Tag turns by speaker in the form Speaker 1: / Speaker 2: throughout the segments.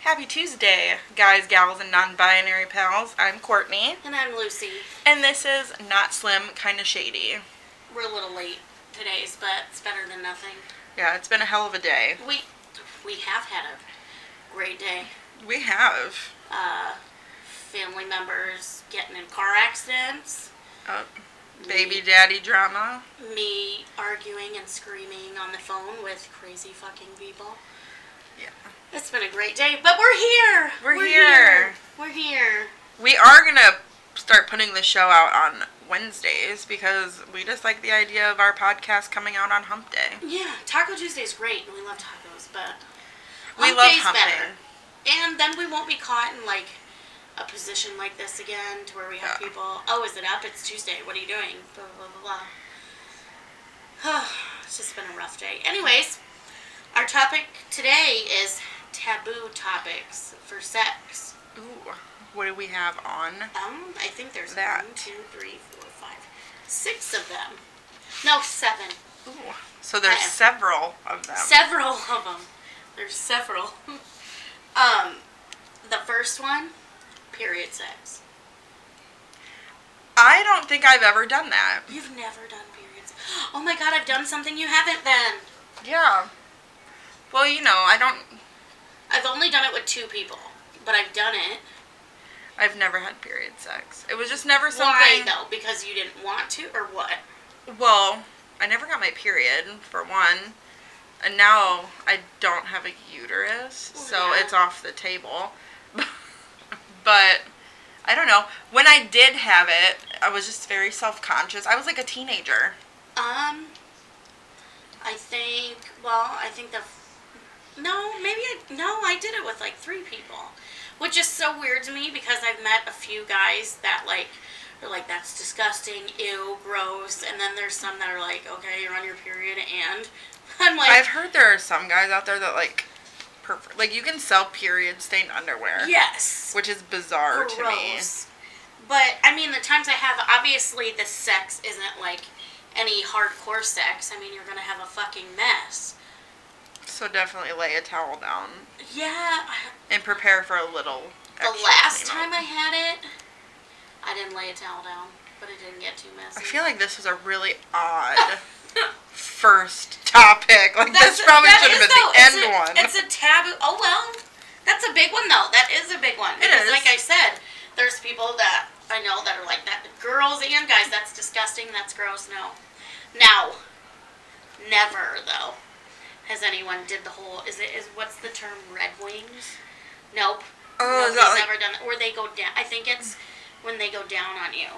Speaker 1: Happy Tuesday, guys, gals, and non binary pals. I'm Courtney,
Speaker 2: And I'm Lucy.
Speaker 1: and this is Not Slim, Kinda Shady.
Speaker 2: We're a little late today's, but it's better than nothing.
Speaker 1: Yeah, it's been a hell of a day.
Speaker 2: We we have had a great day.
Speaker 1: We have.
Speaker 2: Uh, family members getting in car accidents,
Speaker 1: Uh, baby daddy drama.
Speaker 2: me arguing and screaming on the phone with crazy fucking people.
Speaker 1: Yeah.
Speaker 2: It's been a great day, but we're here.
Speaker 1: We're here.
Speaker 2: We're here.
Speaker 1: We are gonna start putting the show out on Wednesdays because we just like the idea of our podcast coming out on hump day.
Speaker 2: Yeah, Taco Tuesday's great, and we love tacos, but
Speaker 1: We
Speaker 2: hump
Speaker 1: love
Speaker 2: day's
Speaker 1: hump
Speaker 2: better.
Speaker 1: day.
Speaker 2: And then we won't be caught in like a position like this again, to where we have
Speaker 1: Yeah.
Speaker 2: people. Oh, is it up? It's Tuesday. What are you doing? Blah blah blah blah. blah. it's just been a rough day. Anyways, our topic today is taboo topics for sex.
Speaker 1: Ooh, what do we have on?
Speaker 2: Um, I think there's
Speaker 1: That.
Speaker 2: one, two, three, four, five, six of them. No, seven.
Speaker 1: Ooh. So there's
Speaker 2: Uh-uh.
Speaker 1: several of them.
Speaker 2: Several of them. There's several. um, the first one, period sex.
Speaker 1: I don't think I've ever done that.
Speaker 2: You've never done period sex. Oh my god, I've done something you haven't then.
Speaker 1: Yeah. Well, you know, I don't.
Speaker 2: I've only done it with two people, but I've done it.
Speaker 1: I've never had period sex. It was just never
Speaker 2: Why
Speaker 1: something.
Speaker 2: though? Because you didn't want to, or what?
Speaker 1: Well, I never got my period for one, and now I don't have a uterus,
Speaker 2: Well,
Speaker 1: so
Speaker 2: yeah.
Speaker 1: it's off the table. but I don't know. When I did have it, I was just very self-conscious. I was like a teenager.
Speaker 2: Um, I think. Well, I think the. No, maybe I. No, I did it with like three people, which is so weird to me because I've met a few guys that like are like that's disgusting, ew, gross, and then there's some that are like, okay, you're on your period, and I'm like,
Speaker 1: I've heard there are some guys out there that like, perf- like you can sell period-stained underwear,
Speaker 2: yes,
Speaker 1: which is bizarre to me.
Speaker 2: Oh, gross. But I mean, the times I have, obviously, the sex isn't like any hardcore sex. I mean, you're gonna have a fucking mess.
Speaker 1: So definitely lay a towel down
Speaker 2: Yeah,
Speaker 1: and prepare for a little.
Speaker 2: The
Speaker 1: extra
Speaker 2: last
Speaker 1: cleanup.
Speaker 2: time I had it, I didn't lay a towel down, but it didn't get too messy.
Speaker 1: I feel like this was a really odd first topic. Like this probably
Speaker 2: that
Speaker 1: should have
Speaker 2: is,
Speaker 1: been the end
Speaker 2: though,
Speaker 1: one.
Speaker 2: it's a, It's a taboo. Oh well, that's a big one though. That is a big one.
Speaker 1: It is.
Speaker 2: because Like I said, there's people that I know that are like that. Girls and guys. That's disgusting. That's gross. No, now, never though. Has anyone did the whole? Is it is what's the term? Red wings? Nope.
Speaker 1: oh, is
Speaker 2: Nobody's
Speaker 1: that like
Speaker 2: ever done that. Or they go down. I think it's when they go down on you.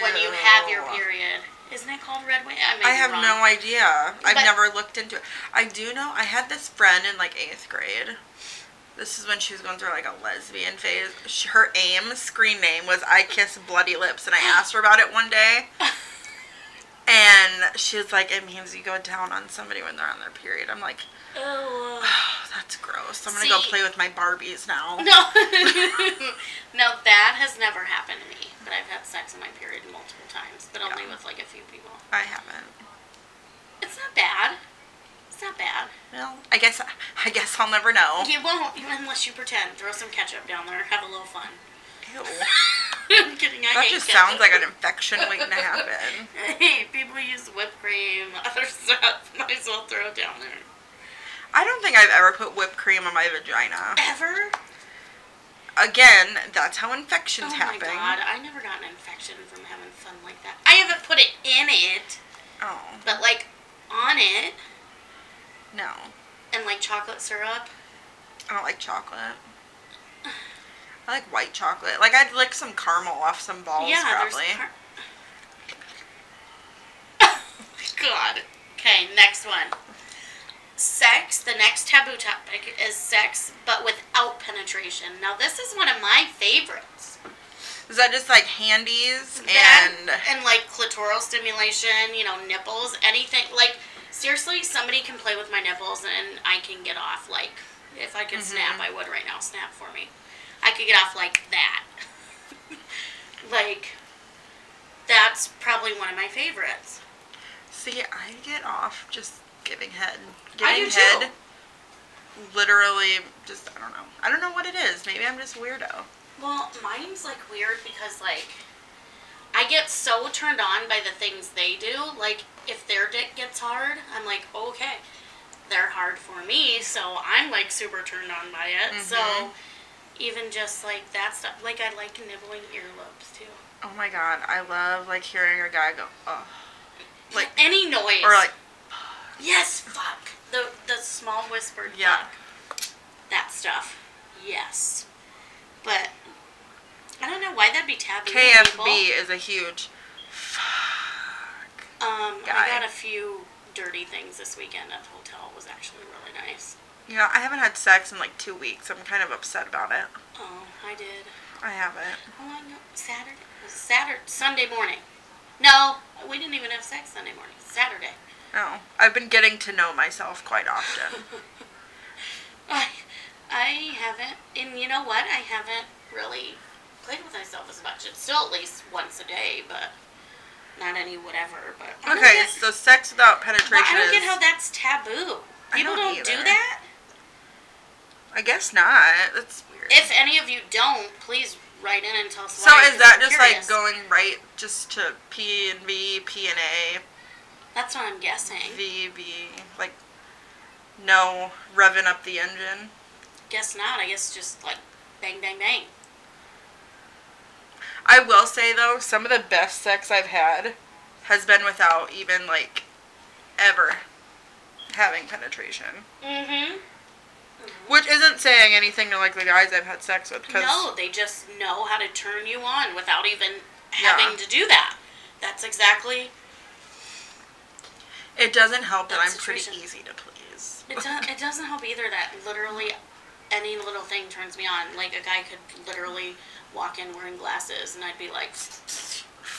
Speaker 2: when you have your
Speaker 1: Ew.
Speaker 2: period. Isn't it called red wing? I, may
Speaker 1: I
Speaker 2: be
Speaker 1: have
Speaker 2: wrong.
Speaker 1: no idea. I've
Speaker 2: But-
Speaker 1: never looked into it. I do know I had this friend in like eighth grade. This is when she was going through like a lesbian phase. She, her AIM screen name was I Kiss Bloody Lips, and I asked her about it one day. And she was like, It means you go down on somebody when they're on their period. I'm like,
Speaker 2: Ew.
Speaker 1: Oh, that's gross. I'm gonna go
Speaker 2: See-
Speaker 1: play with my Barbies now.
Speaker 2: No. no, that has never happened to me. But I've had sex on my period multiple times, but only
Speaker 1: Yeah.
Speaker 2: with like a few people.
Speaker 1: I haven't.
Speaker 2: It's not bad. It's not bad.
Speaker 1: Well, I guess I guess I'll never know.
Speaker 2: You won't unless you pretend. Throw some ketchup down there. Have a little fun.
Speaker 1: Ew.
Speaker 2: I'm kidding. I
Speaker 1: That
Speaker 2: hate
Speaker 1: just
Speaker 2: ketchup.
Speaker 1: sounds like an infection waiting to happen.
Speaker 2: Hey, people use whipped cream, other stuff. Might as well throw it down there.
Speaker 1: I don't think I've ever put whipped cream on my vagina.
Speaker 2: Ever?
Speaker 1: Again, that's how infections
Speaker 2: oh
Speaker 1: happen.
Speaker 2: my god, I never got an infection from having fun like that. I haven't put it in it,
Speaker 1: Oh
Speaker 2: but like on it
Speaker 1: no,
Speaker 2: and like chocolate syrup.
Speaker 1: I don't like chocolate. I like white chocolate. Like I'd lick some caramel off some balls
Speaker 2: yeah,
Speaker 1: probably.
Speaker 2: there's. Car- oh my god. Okay, next one. Sex. The next taboo topic is sex, but without penetration. Now this is one of my favorites.
Speaker 1: Is that just like handies
Speaker 2: That
Speaker 1: and
Speaker 2: and like clitoral stimulation, you know, nipples, anything. Like seriously, somebody can play with my nipples and I can get off. Like if I could snap, I would right now. Snap for me. I could get off like that. like that's probably one of my favorites.
Speaker 1: see? I get off just giving head.
Speaker 2: I
Speaker 1: Giving
Speaker 2: do too.
Speaker 1: head literally just I don't know. I don't know what it is. Maybe I'm just a weirdo.
Speaker 2: Well, mine's like weird because like I get so turned on by the things they do. Like if their dick gets hard, I'm like, okay, they're hard for me, so I'm like super turned on by it. So
Speaker 1: Mhm.
Speaker 2: even just like that stuff, like I like nibbling earlobes too.
Speaker 1: Oh my god, I love like hearing a guy go, oh, Like-
Speaker 2: any noise
Speaker 1: or like
Speaker 2: yes, fuck the the small whispered
Speaker 1: Yeah.
Speaker 2: fuck that stuff. Yes, but I don't know why that'd be taboo. to people.
Speaker 1: KFB is a huge.
Speaker 2: Um,
Speaker 1: guy.
Speaker 2: I got a few dirty things this weekend at the hotel. It was actually really nice.
Speaker 1: Yeah, I haven't had sex in like two weeks. I'm kind of upset about it.
Speaker 2: Oh, I did.
Speaker 1: I haven't.
Speaker 2: How long? ago- Oh, Saturday? It was Saturday. Sunday morning. No, we didn't even have sex Sunday morning. Saturday.
Speaker 1: No, Oh. I've been getting to know myself quite often.
Speaker 2: I, I haven't. And you know what? I haven't really played with myself as much. It's still at least once a day, but not any whatever. But I don't
Speaker 1: Okay,
Speaker 2: get-
Speaker 1: so sex without
Speaker 2: but
Speaker 1: penetration
Speaker 2: I don't
Speaker 1: is.
Speaker 2: get how that's taboo.
Speaker 1: I
Speaker 2: People
Speaker 1: don't
Speaker 2: don't, do
Speaker 1: either.
Speaker 2: that.
Speaker 1: I guess not. That's weird.
Speaker 2: If any of you don't, please write in and tell us
Speaker 1: so
Speaker 2: why,
Speaker 1: is
Speaker 2: 'cause
Speaker 1: that
Speaker 2: I'm
Speaker 1: just like
Speaker 2: curious.
Speaker 1: going right just to P and V, P and A,
Speaker 2: That's what I'm guessing.
Speaker 1: V V, like no revving up the engine?
Speaker 2: Guess not. I guess just like bang, bang, bang.
Speaker 1: I will say though, some of the best sex I've had has been without even like ever having penetration,
Speaker 2: Mm-hmm.
Speaker 1: which isn't saying anything to like the guys I've had sex with. Cause
Speaker 2: No, they just know how to turn you on without even
Speaker 1: Yeah.
Speaker 2: having to do that. That's exactly.
Speaker 1: it doesn't help that
Speaker 2: That
Speaker 1: I'm pretty
Speaker 2: situation.
Speaker 1: easy to please.
Speaker 2: It, do- it doesn't help either that literally any little thing turns me on. Like a guy could literally walk in wearing glasses, and I'd be like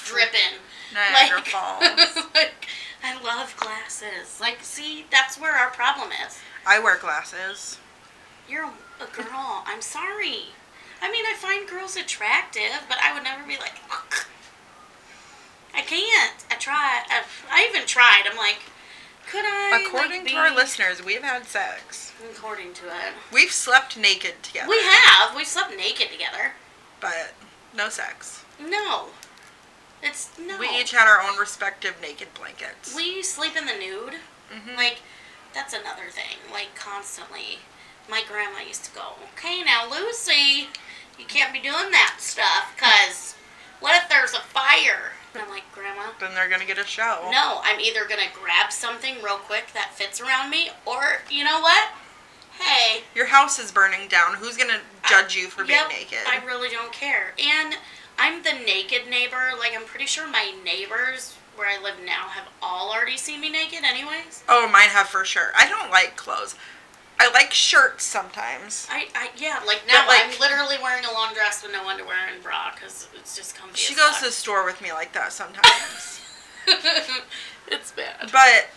Speaker 2: dripping.
Speaker 1: Niagara
Speaker 2: like,
Speaker 1: Falls.
Speaker 2: like, I love glasses. Like, see, that's where our problem is.
Speaker 1: I wear glasses.
Speaker 2: You're a a girl. I'm sorry. I mean, I find girls attractive, but I would never be like, "Ugh." I can't. I try. I, I even tried. I'm like, could I? like,
Speaker 1: According
Speaker 2: be-
Speaker 1: to our listeners, we've had sex.
Speaker 2: According to it,
Speaker 1: We've slept naked together.
Speaker 2: we have. We slept naked together.
Speaker 1: But no sex.
Speaker 2: No, it's no.
Speaker 1: We each had our own respective naked blankets.
Speaker 2: We sleep in the nude.
Speaker 1: Mhm.
Speaker 2: Like, that's another thing. Like, constantly. My grandma used to go, okay, now, Lucy, you can't be doing that stuff, because what if there's a fire? And I'm like, Grandma,
Speaker 1: then they're gonna get a show.
Speaker 2: no, I'm either going to grab something real quick that fits around me, or, you know what? Hey,
Speaker 1: Your house is burning down. Who's gonna judge you for
Speaker 2: Yep,
Speaker 1: being naked?
Speaker 2: I really don't care. And I'm the naked neighbor. Like, I'm pretty sure my neighbors where I live now have all already seen me naked, anyways.
Speaker 1: oh, mine have for sure. I don't like clothes. I like shirts sometimes.
Speaker 2: I, I yeah, like now
Speaker 1: like-
Speaker 2: I'm literally wearing a long dress with no underwear and bra because it's just comfy.
Speaker 1: She
Speaker 2: as
Speaker 1: goes
Speaker 2: fuck.
Speaker 1: to the store with me like that sometimes.
Speaker 2: it's bad.
Speaker 1: but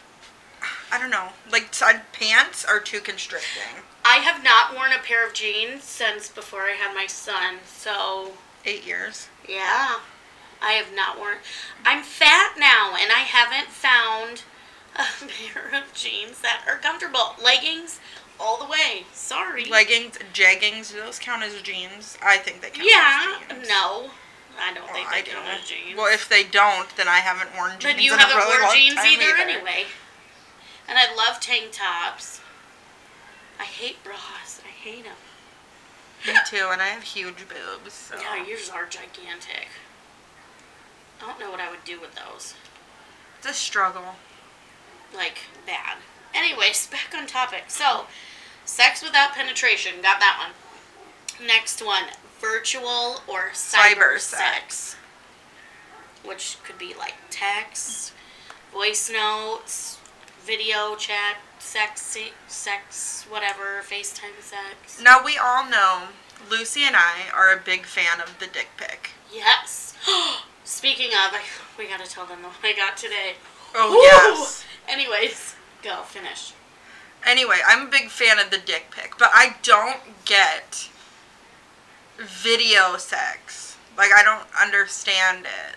Speaker 1: I don't know. Like side pants are too constricting.
Speaker 2: I have not worn a pair of jeans since before I had my son, so
Speaker 1: Eight years.
Speaker 2: yeah, I have not worn. I'm fat now, and I haven't found a pair of jeans that are comfortable. Leggings, all the way. Sorry.
Speaker 1: Leggings, jeggings. Do those count as jeans? I think they count.
Speaker 2: yeah,
Speaker 1: As jeans.
Speaker 2: no, I don't
Speaker 1: Well,
Speaker 2: think
Speaker 1: I
Speaker 2: they count
Speaker 1: don't.
Speaker 2: as jeans.
Speaker 1: Well, if they don't, then I haven't worn jeans.
Speaker 2: But you
Speaker 1: in a
Speaker 2: haven't
Speaker 1: really
Speaker 2: worn
Speaker 1: long
Speaker 2: jeans
Speaker 1: time
Speaker 2: either, anyway. And I love tank tops. I hate bras. I hate them.
Speaker 1: Me too, and I have huge boobs. So.
Speaker 2: Yeah, yours are gigantic. I don't know what I would do with those.
Speaker 1: It's a struggle.
Speaker 2: Like, bad. Anyways, back on topic. So, sex without penetration. Got that one. Next one virtual or cyber,
Speaker 1: Cyber
Speaker 2: sex. Which could be like text, voice notes, video chat, sex, sex, whatever, FaceTime sex.
Speaker 1: Now we all know Lucy and I are a big fan of the dick pic.
Speaker 2: Yes. Speaking of, I, we gotta tell them the one I got today.
Speaker 1: Oh
Speaker 2: Woo!
Speaker 1: yes.
Speaker 2: Anyways, go finish.
Speaker 1: Anyway, I'm a big fan of the dick pic, but I don't get video sex. Like I don't understand it.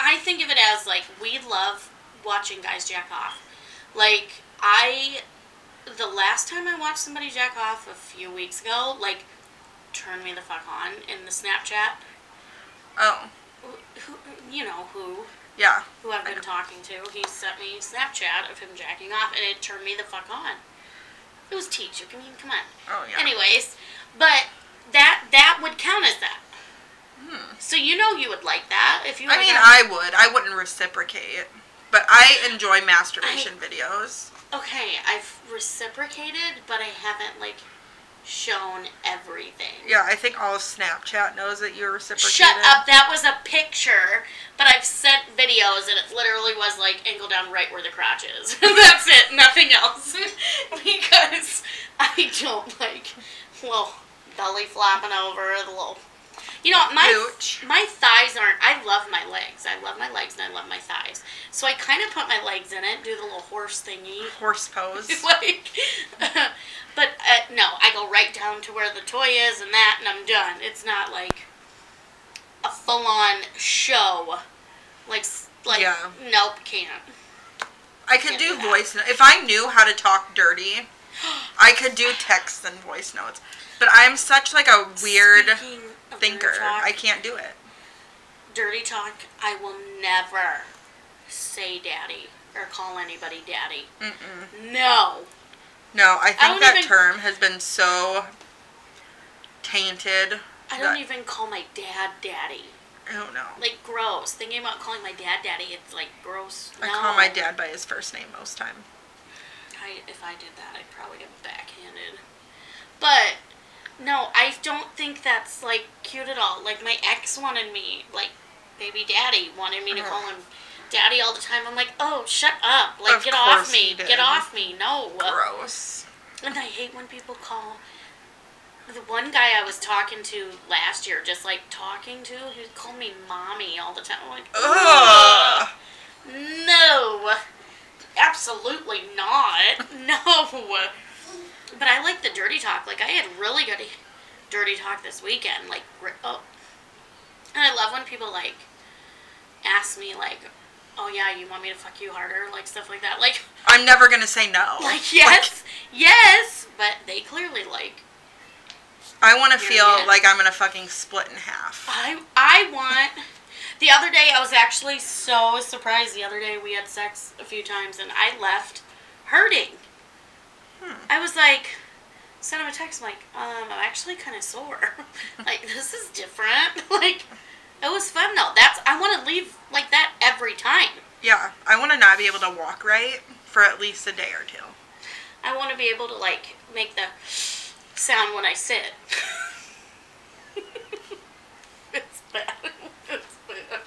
Speaker 2: I think of it as like we love watching guys jack off. Like I the last time I watched somebody jack off a few weeks ago, like, turned me the fuck on in the Snapchat.
Speaker 1: Oh,
Speaker 2: Who- Who, you know who,
Speaker 1: yeah.
Speaker 2: who I've been talking to. He sent me a Snapchat of him jacking off, and it turned me the fuck on. It was teach. I mean, come on.
Speaker 1: Oh, yeah.
Speaker 2: Anyways, but that that would count as that. So you know you would like that if you.
Speaker 1: Hmm. I
Speaker 2: were
Speaker 1: mean,
Speaker 2: to-
Speaker 1: I would. I wouldn't reciprocate. But I enjoy masturbation videos.
Speaker 2: Okay, I've reciprocated, but I haven't like shown everything.
Speaker 1: Yeah, I think all of Snapchat knows that you're reciprocated.
Speaker 2: Shut up, that was a picture, but I've sent videos and it literally was like angle down right where the crotch is. That's it, nothing else. because I don't like little belly flopping over, the little. You know, my
Speaker 1: Gooch.
Speaker 2: my thighs aren't. I love my legs. I love my legs and I love my thighs. So I kind of put my legs in it, do the little horse thingy.
Speaker 1: Horse pose.
Speaker 2: like, but uh, no, I go right down to where the toy is and that, and I'm done. It's not like a full-on show, like s- like
Speaker 1: Yeah.
Speaker 2: nope, can't.
Speaker 1: I could
Speaker 2: Can't
Speaker 1: do
Speaker 2: do that.
Speaker 1: voice. No- if I knew how to talk dirty, I could do text and voice notes. But I'm such like a weird
Speaker 2: Speaking of
Speaker 1: thinker.
Speaker 2: dirty talk,
Speaker 1: I can't do it.
Speaker 2: dirty talk. I will never say daddy or call anybody daddy.
Speaker 1: Mm-mm.
Speaker 2: No,
Speaker 1: No, I think
Speaker 2: don't
Speaker 1: that
Speaker 2: even-
Speaker 1: term has been so tainted.
Speaker 2: I don't
Speaker 1: That-
Speaker 2: even call my dad daddy.
Speaker 1: I don't know.
Speaker 2: Like gross. Thinking about calling my dad daddy, it's like gross.
Speaker 1: I
Speaker 2: no.
Speaker 1: call my dad by his first name most time.
Speaker 2: I, if I did that, I'd probably get backhanded. But no, I don't think that's like cute at all. Like my ex wanted me, like baby daddy wanted me to
Speaker 1: Ugh.
Speaker 2: call him daddy all the time. I'm like, oh, shut up! Like
Speaker 1: Of
Speaker 2: get
Speaker 1: course
Speaker 2: off
Speaker 1: he
Speaker 2: me!
Speaker 1: did.
Speaker 2: Get off me! No.
Speaker 1: Gross.
Speaker 2: And I hate when people call. The one guy I was talking to last year, just like talking to, he called me mommy all the time. I'm like,
Speaker 1: Ugh.
Speaker 2: no, absolutely not. No. But I like the dirty talk. Like I had really good dirty talk this weekend. Like re- oh, and I love when people like ask me like, oh yeah, you want me to fuck you harder, like stuff like that. Like
Speaker 1: I'm never gonna say no.
Speaker 2: like yes, yes. But they clearly like
Speaker 1: I want to
Speaker 2: Yeah,
Speaker 1: feel
Speaker 2: yeah.
Speaker 1: like I'm gonna fucking split in half.
Speaker 2: I I want. The other day, I was actually so surprised. The other day, we had sex a few times, and I left hurting. I was like, sent him a text, like, um, I'm actually kind of sore. like, this is different. like, it was fun though. That's I want to leave like that every time.
Speaker 1: Yeah, I want to not be able to walk right for at least a day or two.
Speaker 2: I want to be able to like make the sound when I sit. it's bad. It's bad.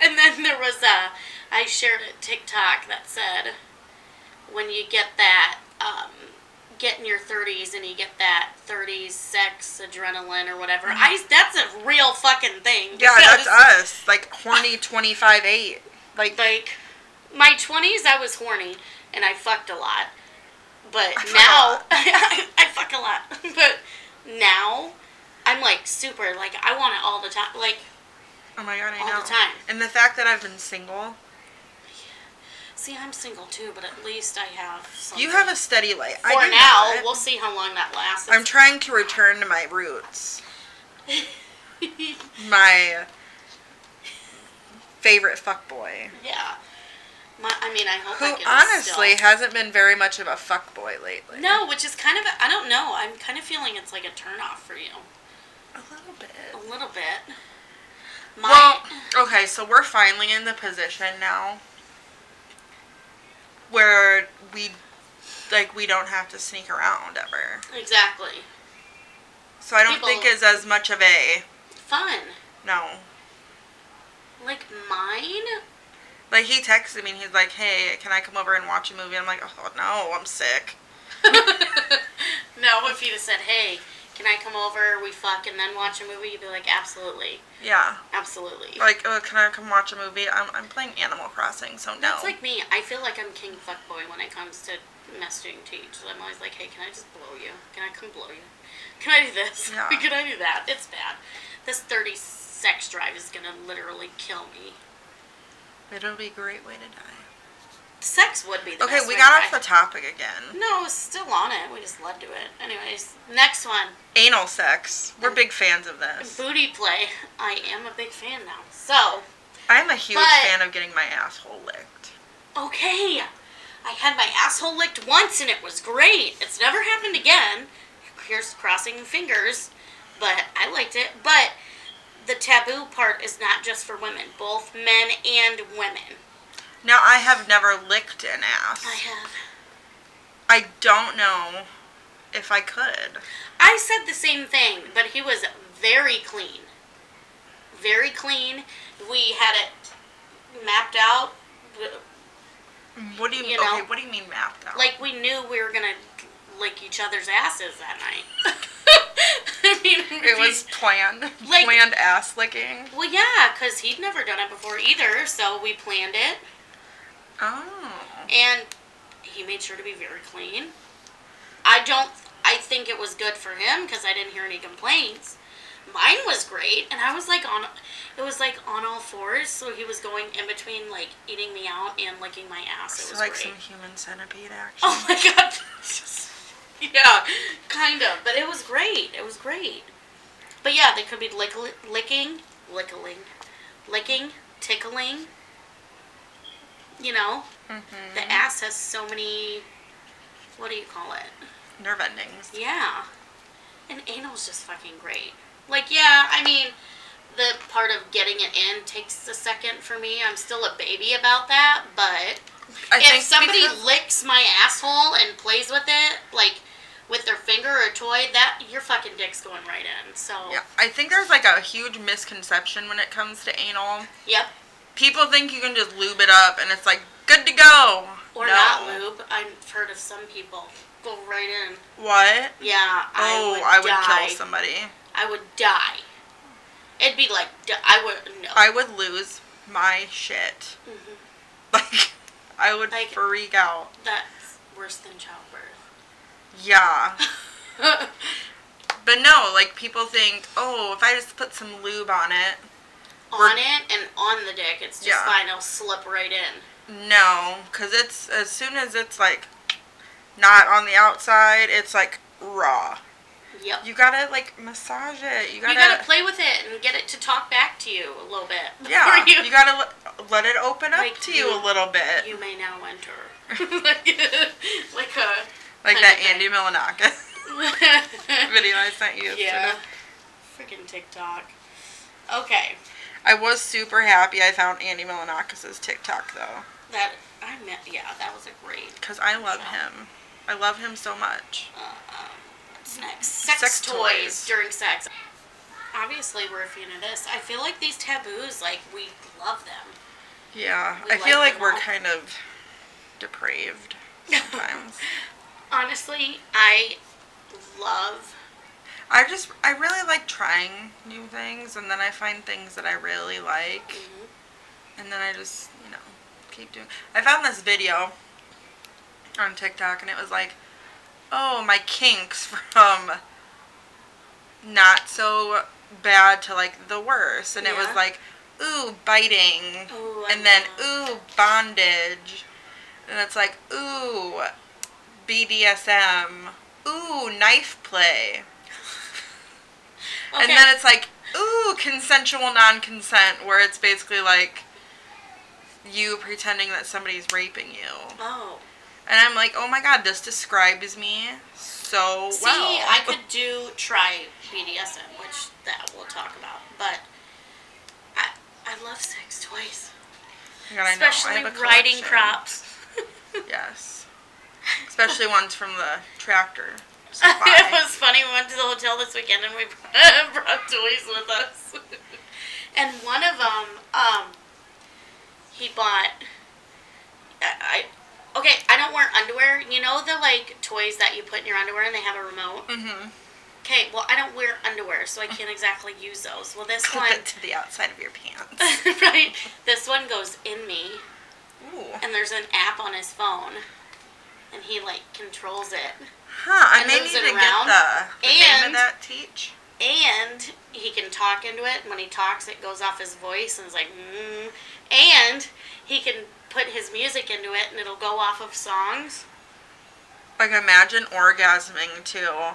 Speaker 2: And then there was a, I shared a TikTok that said, when you get that, um, get in your 30s and you get that 30s sex adrenaline or whatever. I that's a real fucking thing.
Speaker 1: Mm-hmm. Yeah, that's
Speaker 2: because-
Speaker 1: us. Like horny 25 8. Like,
Speaker 2: like my 20s i was horny and i fucked a lot but
Speaker 1: I fuck a
Speaker 2: now
Speaker 1: lot.
Speaker 2: I, fuck a lot but now i'm like super like i want it all the time like
Speaker 1: oh my god, I
Speaker 2: all the
Speaker 1: know.
Speaker 2: time.
Speaker 1: And the fact that I've been single,
Speaker 2: see i'm single too but at least i have something.
Speaker 1: you have a steady light.
Speaker 2: for
Speaker 1: I do
Speaker 2: now
Speaker 1: not.
Speaker 2: we'll see how long that lasts
Speaker 1: I'm trying to return to my roots. my favorite fuckboy.
Speaker 2: yeah my, i mean i hope
Speaker 1: Who
Speaker 2: I can
Speaker 1: honestly
Speaker 2: still-
Speaker 1: hasn't been very much of a fuckboy lately.
Speaker 2: no which is kind of a, i don't know i'm kind of feeling it's like a turn off for you
Speaker 1: A little bit.
Speaker 2: a little bit my
Speaker 1: Well, okay, so we're finally in the position now where we like we don't have to sneak around ever.
Speaker 2: exactly
Speaker 1: So I don't
Speaker 2: People-
Speaker 1: think it's as much of a
Speaker 2: fun
Speaker 1: no.
Speaker 2: like mine
Speaker 1: Like he texted me and he's like, "Hey, can I come over and watch a movie?" I'm like, "Oh no, I'm sick."
Speaker 2: no, if you'd have said, hey, can I come over, we fuck, and then watch a movie, you'd be like, absolutely.
Speaker 1: Yeah.
Speaker 2: Absolutely.
Speaker 1: Like, oh, can I come watch a movie? I'm I'm playing Animal Crossing, so no.
Speaker 2: That's like me. I feel like I'm king fuckboy when it comes to messaging teach. I'm always like, hey, can I just blow you? Can I come blow you? Can I do this?
Speaker 1: Yeah.
Speaker 2: can I do that? It's bad. This 30 sex drive is going to literally kill me.
Speaker 1: It'll be a great way to die.
Speaker 2: Sex would be the
Speaker 1: Okay,
Speaker 2: best
Speaker 1: we
Speaker 2: way
Speaker 1: got
Speaker 2: to
Speaker 1: off
Speaker 2: die.
Speaker 1: the topic again.
Speaker 2: No, it's still on it. We just led to it. Anyways, next one.
Speaker 1: Anal sex. We're big fans of this.
Speaker 2: Booty play. I am a big fan now. So,
Speaker 1: I'm a huge
Speaker 2: But-
Speaker 1: fan of getting my asshole licked.
Speaker 2: okay. I had my asshole licked once and it was great. It's never happened again. Here's crossing fingers. But I liked it. But the taboo part is not just for women, both men and women.
Speaker 1: Now I have never licked an ass.
Speaker 2: I have.
Speaker 1: I don't know if I could.
Speaker 2: I said the same thing, but he was very clean. Very clean. We had it mapped out.
Speaker 1: What do you,
Speaker 2: You know?
Speaker 1: okay? What do you mean mapped out?
Speaker 2: Like we knew we were gonna lick each other's asses that night. I mean,
Speaker 1: it was planned,
Speaker 2: Like-
Speaker 1: planned ass licking.
Speaker 2: Well, yeah, because he'd never done it before either, so we planned it,
Speaker 1: Oh,
Speaker 2: and he made sure to be very clean. I don't. I think it was good for him because I didn't hear any complaints. Mine was great, and I was like on. It was like on all fours, so he was going in between, like eating me out and licking my ass. It
Speaker 1: so
Speaker 2: was
Speaker 1: like
Speaker 2: great.
Speaker 1: some human centipede action.
Speaker 2: Oh my god. yeah, kind of. But it was great. It was great. But yeah, they could be lick- licking, lickling, licking, tickling. You know,
Speaker 1: Mhm.
Speaker 2: the ass has so many. What do you call it?
Speaker 1: Nerve endings.
Speaker 2: Yeah. And anal's just fucking great. Like, yeah, I mean, the part of getting it in takes a second for me. I'm still a baby about that, but
Speaker 1: I
Speaker 2: if somebody
Speaker 1: because-
Speaker 2: licks my asshole and plays with it, like with their finger or toy, that your fucking dick's going right in. So
Speaker 1: yeah, I think there's like a huge misconception when it comes to anal.
Speaker 2: yep.
Speaker 1: People think you can just lube it up and it's like good to go.
Speaker 2: Or
Speaker 1: No.
Speaker 2: not lube. I've heard of some people go right in.
Speaker 1: What?
Speaker 2: Yeah, I
Speaker 1: oh,
Speaker 2: would
Speaker 1: I would
Speaker 2: die.
Speaker 1: kill somebody.
Speaker 2: I would die. It'd be like di- I would no.
Speaker 1: I would lose my shit.
Speaker 2: Mhm.
Speaker 1: Like, I would
Speaker 2: Like-
Speaker 1: freak out.
Speaker 2: That's worse than childbirth.
Speaker 1: Yeah. But no, like, people think, oh, if I just put some lube on it.
Speaker 2: on it and on the dick, it's just
Speaker 1: Yeah.
Speaker 2: fine. It'll slip right in.
Speaker 1: No, because it's, as soon as it's, like, not on the outside, it's, like, raw.
Speaker 2: Yep.
Speaker 1: You gotta, like, massage it. You
Speaker 2: You
Speaker 1: gotta.
Speaker 2: gotta, play with it and get it to talk back to you a little bit.
Speaker 1: yeah,
Speaker 2: before
Speaker 1: you, gotta let, let it open up
Speaker 2: Like
Speaker 1: to you,
Speaker 2: you-
Speaker 1: a little bit.
Speaker 2: You may now enter. like a.
Speaker 1: like
Speaker 2: kind
Speaker 1: that
Speaker 2: of thing.
Speaker 1: Andy Milanakis video I sent you. yesterday.
Speaker 2: yeah. Freaking TikTok. Okay.
Speaker 1: I was super happy I found Andy Milanakis' TikTok though,
Speaker 2: That. I meant. Yeah, that was a great.
Speaker 1: because I love him. I love him so much.
Speaker 2: Uh, um, what's next? Sex,
Speaker 1: Sex
Speaker 2: toys.
Speaker 1: toys.
Speaker 2: during sex. Obviously, we're a fan of this. I feel like these taboos, like, we love them.
Speaker 1: Yeah,
Speaker 2: We
Speaker 1: I feel like
Speaker 2: like them
Speaker 1: we're
Speaker 2: all.
Speaker 1: kind of depraved sometimes.
Speaker 2: Honestly, I love.
Speaker 1: I just, I really like trying new things, and then I find things that I really like, and then I just, you know, keep doing. I found this video on TikTok, and it was like, oh, my kinks from not so bad to like the worst, and it
Speaker 2: Yeah.
Speaker 1: was like, ooh, biting,
Speaker 2: Ooh, oh, I
Speaker 1: and then
Speaker 2: love-
Speaker 1: ooh, bondage, and it's like ooh, BDSM, ooh, knife play. And
Speaker 2: Okay.
Speaker 1: then it's like, ooh, consensual non consent, where it's basically like you pretending that somebody's raping you.
Speaker 2: Oh.
Speaker 1: And I'm like, oh my god, this describes me so
Speaker 2: See,
Speaker 1: well.
Speaker 2: I could do try BDSM, which that we'll talk about, but I I love sex toys,
Speaker 1: God, I know, I
Speaker 2: especially
Speaker 1: have a
Speaker 2: riding
Speaker 1: collection.
Speaker 2: crops.
Speaker 1: Yes. Especially ones from the tractor.
Speaker 2: it
Speaker 1: supply.
Speaker 2: was funny. We went to the hotel this weekend and we brought toys with us, and one of them, um, he bought. I, I okay. I don't wear underwear. You know the like toys that you put in your underwear and they have a remote.
Speaker 1: Mhm.
Speaker 2: Okay, well, I don't wear underwear, so I can't exactly use those. Well, this
Speaker 1: Clip
Speaker 2: one,
Speaker 1: it to the outside of your pants.
Speaker 2: right? This one goes in me,
Speaker 1: Ooh.
Speaker 2: and there's an app on his phone, and he like controls it,
Speaker 1: Huh, I
Speaker 2: And
Speaker 1: may
Speaker 2: moves
Speaker 1: need
Speaker 2: it
Speaker 1: to
Speaker 2: around.
Speaker 1: get the, the name of
Speaker 2: And-
Speaker 1: that teach.
Speaker 2: and he can talk into it. When he talks, it goes off his voice, and it's like, mm. and he can put his music into it and it'll go off of songs.
Speaker 1: Like imagine orgasming to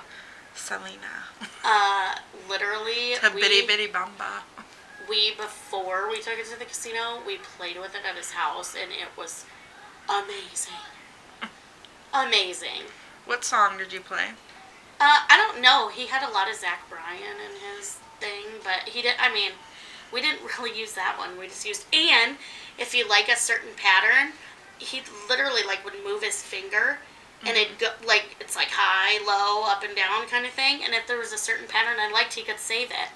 Speaker 1: Selena.
Speaker 2: Uh, literally,
Speaker 1: To
Speaker 2: we,
Speaker 1: Bitty Bitty Bamba.
Speaker 2: we before we took it to the casino, we played with it at his house and it was amazing. amazing.
Speaker 1: What song did you play?
Speaker 2: Uh, I don't know. He had a lot of Zach Bryan in his thing, but he did. I mean, we didn't really use that one. We just used and if you like a certain pattern, he literally like would move his finger, and it go like it's like high, low, up and down kind of thing. And if there was a certain pattern I liked, he could save it.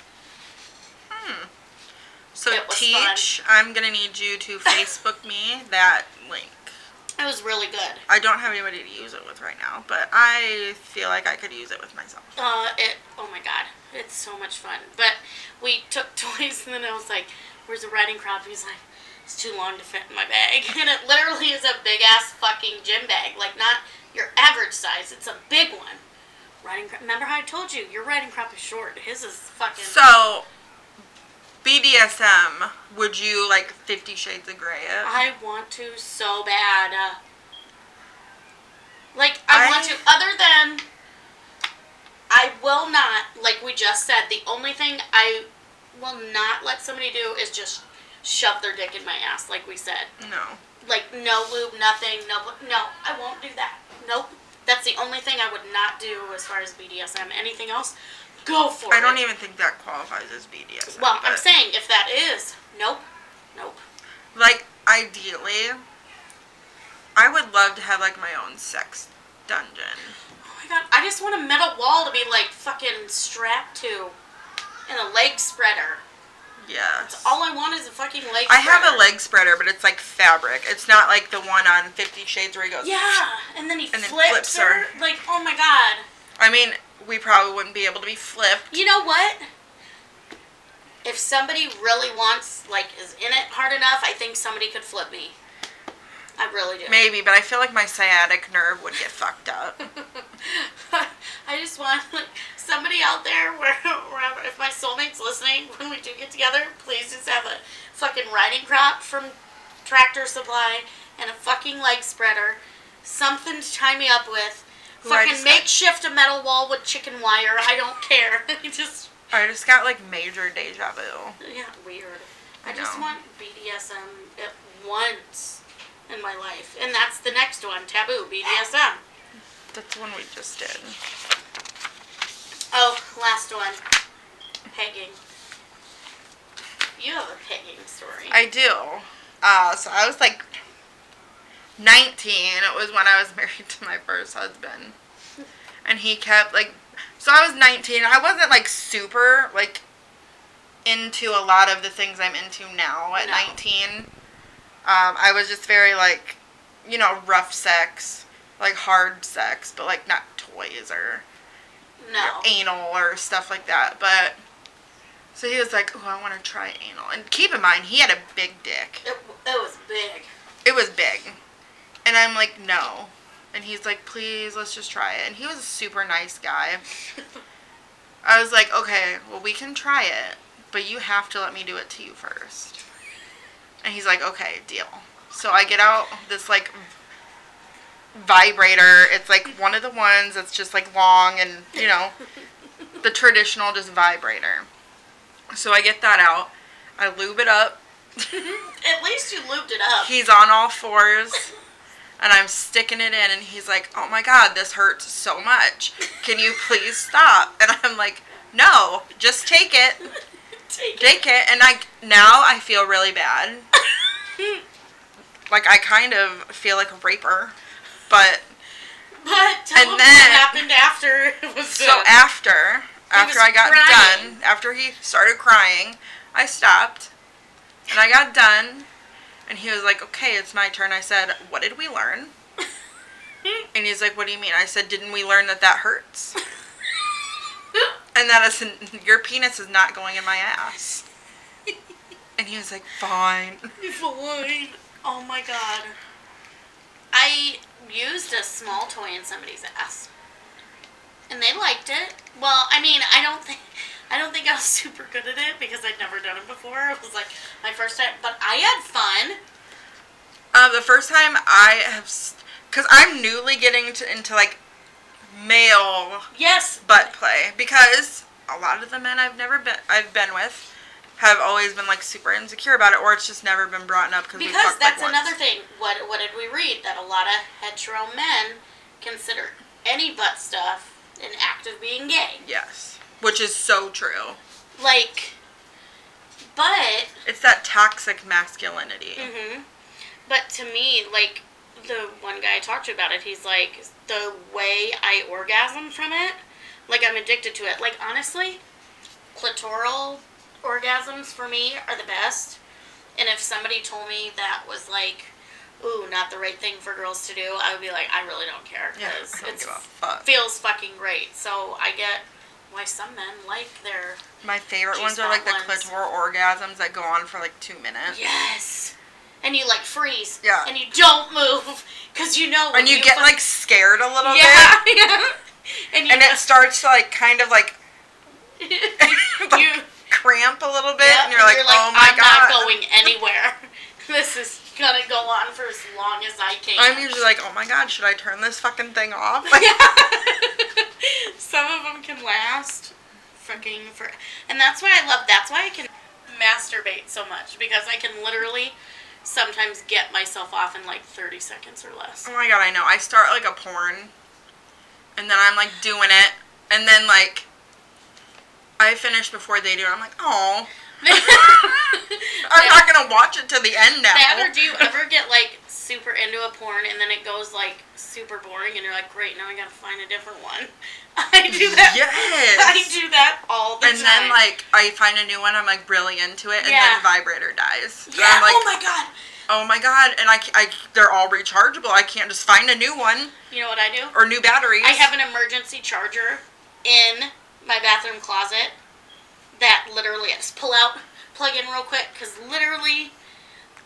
Speaker 1: So
Speaker 2: It was
Speaker 1: teach, I'm gonna need you to Facebook me that link.
Speaker 2: It was really good.
Speaker 1: I don't have anybody to use it with right now, but I feel like I could use it with myself.
Speaker 2: Uh, it. Oh my god, it's so much fun. But we took toys, and then I was like, "Where's the riding crop?" He's like, "It's too long to fit in my bag," and it literally is a big ass fucking gym bag, like not your average size. It's a big one. Riding crop. Remember how I told you your riding crop is short. His is fucking.
Speaker 1: So BDSM, would you like Fifty Shades of Grey? It?
Speaker 2: I want to so bad. Uh, like I,
Speaker 1: I-
Speaker 2: want to. Other than, I will not. Like we just said, the only thing I will not let somebody do is just shove their dick in my ass. Like we said,
Speaker 1: No.
Speaker 2: like no lube, nothing. No, no, I won't do that. Nope. That's the only thing I would not do as far as BDSM. Anything else, go for it.
Speaker 1: I don't Uh, even think that qualifies as BDSM.
Speaker 2: Well, I'm
Speaker 1: but,
Speaker 2: saying if that is, nope, nope.
Speaker 1: like ideally, I would love to have like my own sex dungeon.
Speaker 2: Oh my god, I just want a metal wall to be like fucking strapped to and a leg spreader.
Speaker 1: Yes.
Speaker 2: All I want is a fucking leg
Speaker 1: I
Speaker 2: spreader.
Speaker 1: have a leg spreader, but it's like fabric. It's not like the one on Fifty Shades where he goes.
Speaker 2: Yeah, and then he
Speaker 1: And then
Speaker 2: flips,
Speaker 1: flips
Speaker 2: her.
Speaker 1: her.
Speaker 2: Like, oh my god.
Speaker 1: I mean, we probably wouldn't be able to be flipped.
Speaker 2: You know what? If somebody really wants, like, is in it hard enough, I think somebody could flip me. I really do.
Speaker 1: Maybe, but I feel like my sciatic nerve would get fucked up.
Speaker 2: I just want like, somebody out there, where, wherever, if my soulmate's listening, when we do get together, please just have a fucking riding crop from Tractor Supply and a fucking leg spreader, something to tie me up with.
Speaker 1: Who I
Speaker 2: fucking
Speaker 1: just got-
Speaker 2: makeshift a metal wall with chicken wire. I don't care. I just
Speaker 1: I just got like major deja vu.
Speaker 2: yeah, weird.
Speaker 1: I
Speaker 2: I just
Speaker 1: know.
Speaker 2: want BDSM at once in my life, and that's the next one, taboo BDSM.
Speaker 1: That's the one we just did.
Speaker 2: Oh, last one. Pegging. You have a pegging story.
Speaker 1: I do. Uh, so I was like 19. It was when I was married to my first husband. And he kept like, so I was 19. I wasn't like super like into a lot of the things I'm into now at
Speaker 2: No.
Speaker 1: 19. Um, I was just very like, you know, rough sex, like hard sex, but like not toys or
Speaker 2: no.
Speaker 1: anal or stuff like that. But so he was like, "Oh, I want to try anal." And keep in mind, he had a big dick.
Speaker 2: It, it was big.
Speaker 1: It was big, and I'm like, "No," and he's like, "Please, let's just try it." And he was a super nice guy. I was like, "Okay, well, we can try it, but you have to let me do it to you first. And he's like, "Okay, deal." So I get out this like vibrator. It's like one of the ones that's just like long and, you know, the traditional just vibrator. So I get that out. I lube it up.
Speaker 2: At least you lubed it up.
Speaker 1: He's on all fours. And I'm sticking it in, and he's like, Oh my god, this hurts so much. Can you please stop? And I'm like, No, just take it.
Speaker 2: Take it.
Speaker 1: Take it. And I, now I feel really bad. Like, I kind of feel like a raper. But
Speaker 2: But tell
Speaker 1: And
Speaker 2: him
Speaker 1: then-
Speaker 2: what happened after it was
Speaker 1: So
Speaker 2: done.
Speaker 1: after after
Speaker 2: was
Speaker 1: I got
Speaker 2: crying.
Speaker 1: done, after he started crying, I stopped and I got done and he was like, "Okay, it's my turn." I said, "What did we learn?" and he's like, "What do you mean?" I said, "Didn't we learn that that hurts?" and that is your penis is not going in my ass. and he was like, "Fine."
Speaker 2: Fine. Oh my god. I used a small toy in somebody's ass. And they liked it. Well, I mean, I don't think I don't think I was super good at it because I'd never done it before. It was like my first time, but I had fun.
Speaker 1: Uh, the first time I have, because I'm newly getting to, into like male
Speaker 2: Yes.
Speaker 1: butt play because a lot of the men I've never been I've been with have always been like super insecure about it, or it's just never been brought up we
Speaker 2: Because
Speaker 1: fucked, like,
Speaker 2: that's
Speaker 1: once.
Speaker 2: another thing. What what did we read? That a lot of hetero men consider any butt stuff an act of being gay.
Speaker 1: Yes, which is so true.
Speaker 2: Like, but
Speaker 1: It's that toxic masculinity.
Speaker 2: hmm But to me, like the one guy I talked to about it, he's like the way I orgasm from it, like I'm addicted to it. Like honestly, clitoral orgasms for me are the best. And if somebody told me that was like, ooh, not the right thing for girls to do, I would be like, I really don't care
Speaker 1: Yeah,
Speaker 2: because
Speaker 1: I don't
Speaker 2: it
Speaker 1: give a fuck.
Speaker 2: feels fucking great. So I get why some men like their
Speaker 1: My favorite ones are
Speaker 2: G-spot
Speaker 1: like the
Speaker 2: ones.
Speaker 1: clitoral orgasms that go on for like two minutes.
Speaker 2: Yes. And you like freeze.
Speaker 1: Yeah.
Speaker 2: And you don't move because you know. When
Speaker 1: And you, get
Speaker 2: fu-
Speaker 1: like scared a little
Speaker 2: Yeah. yeah. And you.
Speaker 1: bit, and it starts to like kind of like, like
Speaker 2: you
Speaker 1: cramp a little bit,
Speaker 2: yeah,
Speaker 1: and you're like, oh my
Speaker 2: I'm
Speaker 1: god.
Speaker 2: not going anywhere. this is gonna go on for as long as I can.
Speaker 1: I'm usually like, oh my god, should I turn this fucking thing off?
Speaker 2: Yeah. Some of them can last fucking for, and that's why I love. That's why I can masturbate so much because I can literally sometimes get myself off in like 30 seconds or less.
Speaker 1: Oh my god, I know. I start like a porn, and then I'm like doing it, and then like I finish before they do. and I'm like, oh, I'm not
Speaker 2: that,
Speaker 1: gonna watch it to the end now.
Speaker 2: that or do you ever get like super into a porn and then it goes like super boring and you're like, great, now I gotta find a different one. I do that.
Speaker 1: Yes.
Speaker 2: I do that all the
Speaker 1: and
Speaker 2: time.
Speaker 1: then like I find a new one. I'm like really into it, and
Speaker 2: Yeah.
Speaker 1: then vibrator dies. And
Speaker 2: yeah,
Speaker 1: I'm like,
Speaker 2: oh my god.
Speaker 1: oh my god, and I, ca- I they're all rechargeable. I can't just find a new one
Speaker 2: You know what I do?
Speaker 1: or new batteries.
Speaker 2: I have an emergency charger in my bathroom closet that literally I just pull out, plug in real quick, because literally,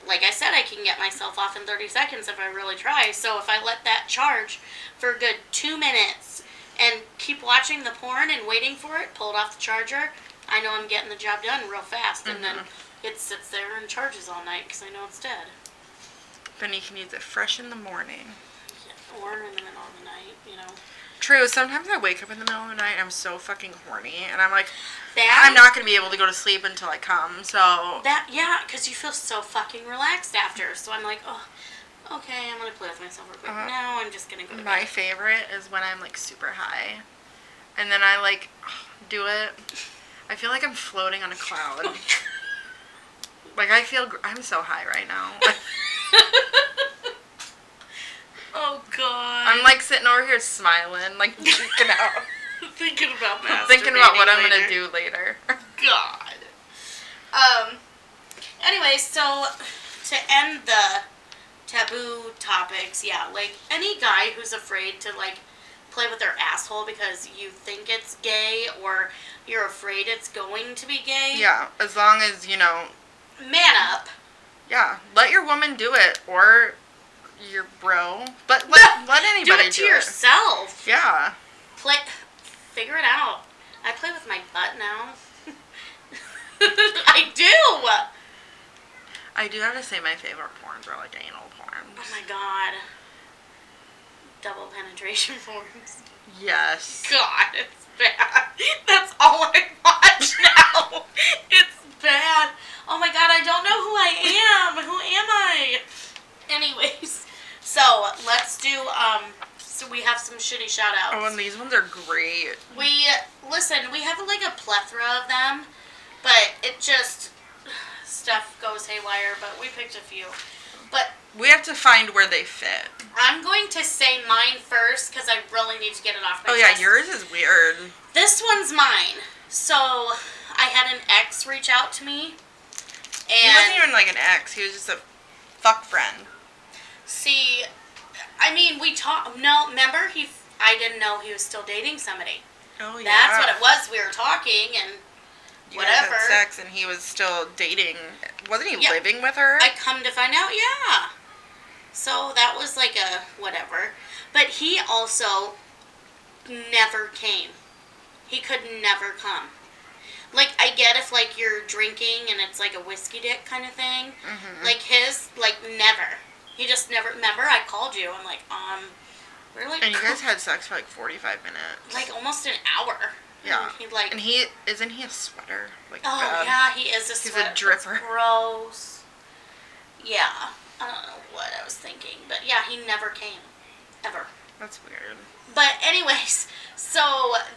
Speaker 2: like I said, I can get myself off in 30 seconds if I really try. So if I let that charge for a good two minutes and keep watching the porn and waiting for it, pull it off the charger, I know I'm getting the job done real fast. And then it sits there and charges all night because I know it's dead.
Speaker 1: Then you can use it fresh in the morning.
Speaker 2: Or in the middle of the night, you know.
Speaker 1: True. Sometimes I wake up in the middle of the night. and I'm so fucking horny, and I'm like,
Speaker 2: That
Speaker 1: I'm not gonna be able to go to sleep until I come. So
Speaker 2: That yeah, because you feel so fucking relaxed after. So I'm like, oh, okay, I'm gonna play with myself real quick.
Speaker 1: Uh-huh.
Speaker 2: Now I'm just gonna go to
Speaker 1: my
Speaker 2: bed.
Speaker 1: favorite is when I'm like super high, and then I like do it. I feel like I'm floating on a cloud. Like I feel gr- I'm so high right now.
Speaker 2: oh god.
Speaker 1: I'm like sitting over here smiling, like freaking out,
Speaker 2: thinking about masturbating.
Speaker 1: thinking about what I'm
Speaker 2: later.
Speaker 1: gonna do later.
Speaker 2: God. Um. Anyway, so to end the taboo topics, yeah, like any guy who's afraid to like play with their asshole because you think it's gay or you're afraid it's going to be gay.
Speaker 1: yeah, as long as you know,
Speaker 2: Man up.
Speaker 1: yeah, let your woman do it or your bro, but let let
Speaker 2: Do
Speaker 1: anybody
Speaker 2: it to yourself.
Speaker 1: Yeah,
Speaker 2: Play. Figure it out. I play with my butt now. I do. Oh
Speaker 1: I do have to say my favorite porns are like anal porns.
Speaker 2: my god. Double penetration forms.
Speaker 1: Yes.
Speaker 2: God, it's bad. That's all I watch now. It's bad. Oh my god, I don't know who I am. Who am I? Anyways, so let's do. Um, so we have some shitty shout outs.
Speaker 1: Oh, and these ones are great.
Speaker 2: We listen. We have like a plethora of them, but it just stuff goes haywire. But we picked a few. But
Speaker 1: We have to find where they fit.
Speaker 2: I'm going to say mine first because I really need to get it off my
Speaker 1: Oh yeah,
Speaker 2: chest.
Speaker 1: yours is weird.
Speaker 2: This one's mine. So I had an ex reach out to me,
Speaker 1: He wasn't
Speaker 2: and
Speaker 1: even like an ex. He was just a fuck friend.
Speaker 2: see, I mean, we talked. No, remember he? I didn't know he was still dating somebody.
Speaker 1: Oh yeah.
Speaker 2: That's what it was. We were talking, and
Speaker 1: You guys had
Speaker 2: whatever.
Speaker 1: sex, and he was still dating. Wasn't he
Speaker 2: Yeah.
Speaker 1: living with her?
Speaker 2: I come to find out, yeah. So that was like a whatever. But he also never came. He could never come. Like I get if like
Speaker 1: Mm-hmm.
Speaker 2: you're drinking and it's like a whiskey dick kind of thing. Like his like never. You just never remember. I called you. I'm like, um, we're like,
Speaker 1: And you guys had sex for like 45 minutes.
Speaker 2: like almost an hour.
Speaker 1: Yeah.
Speaker 2: And he like,
Speaker 1: And he isn't he a sweater? Like
Speaker 2: oh
Speaker 1: bad?
Speaker 2: yeah, he is a
Speaker 1: He's a
Speaker 2: sweat. That's
Speaker 1: dripper.
Speaker 2: Gross. Yeah, I don't know what I was thinking, but yeah, he never came, ever.
Speaker 1: That's weird.
Speaker 2: But anyways, so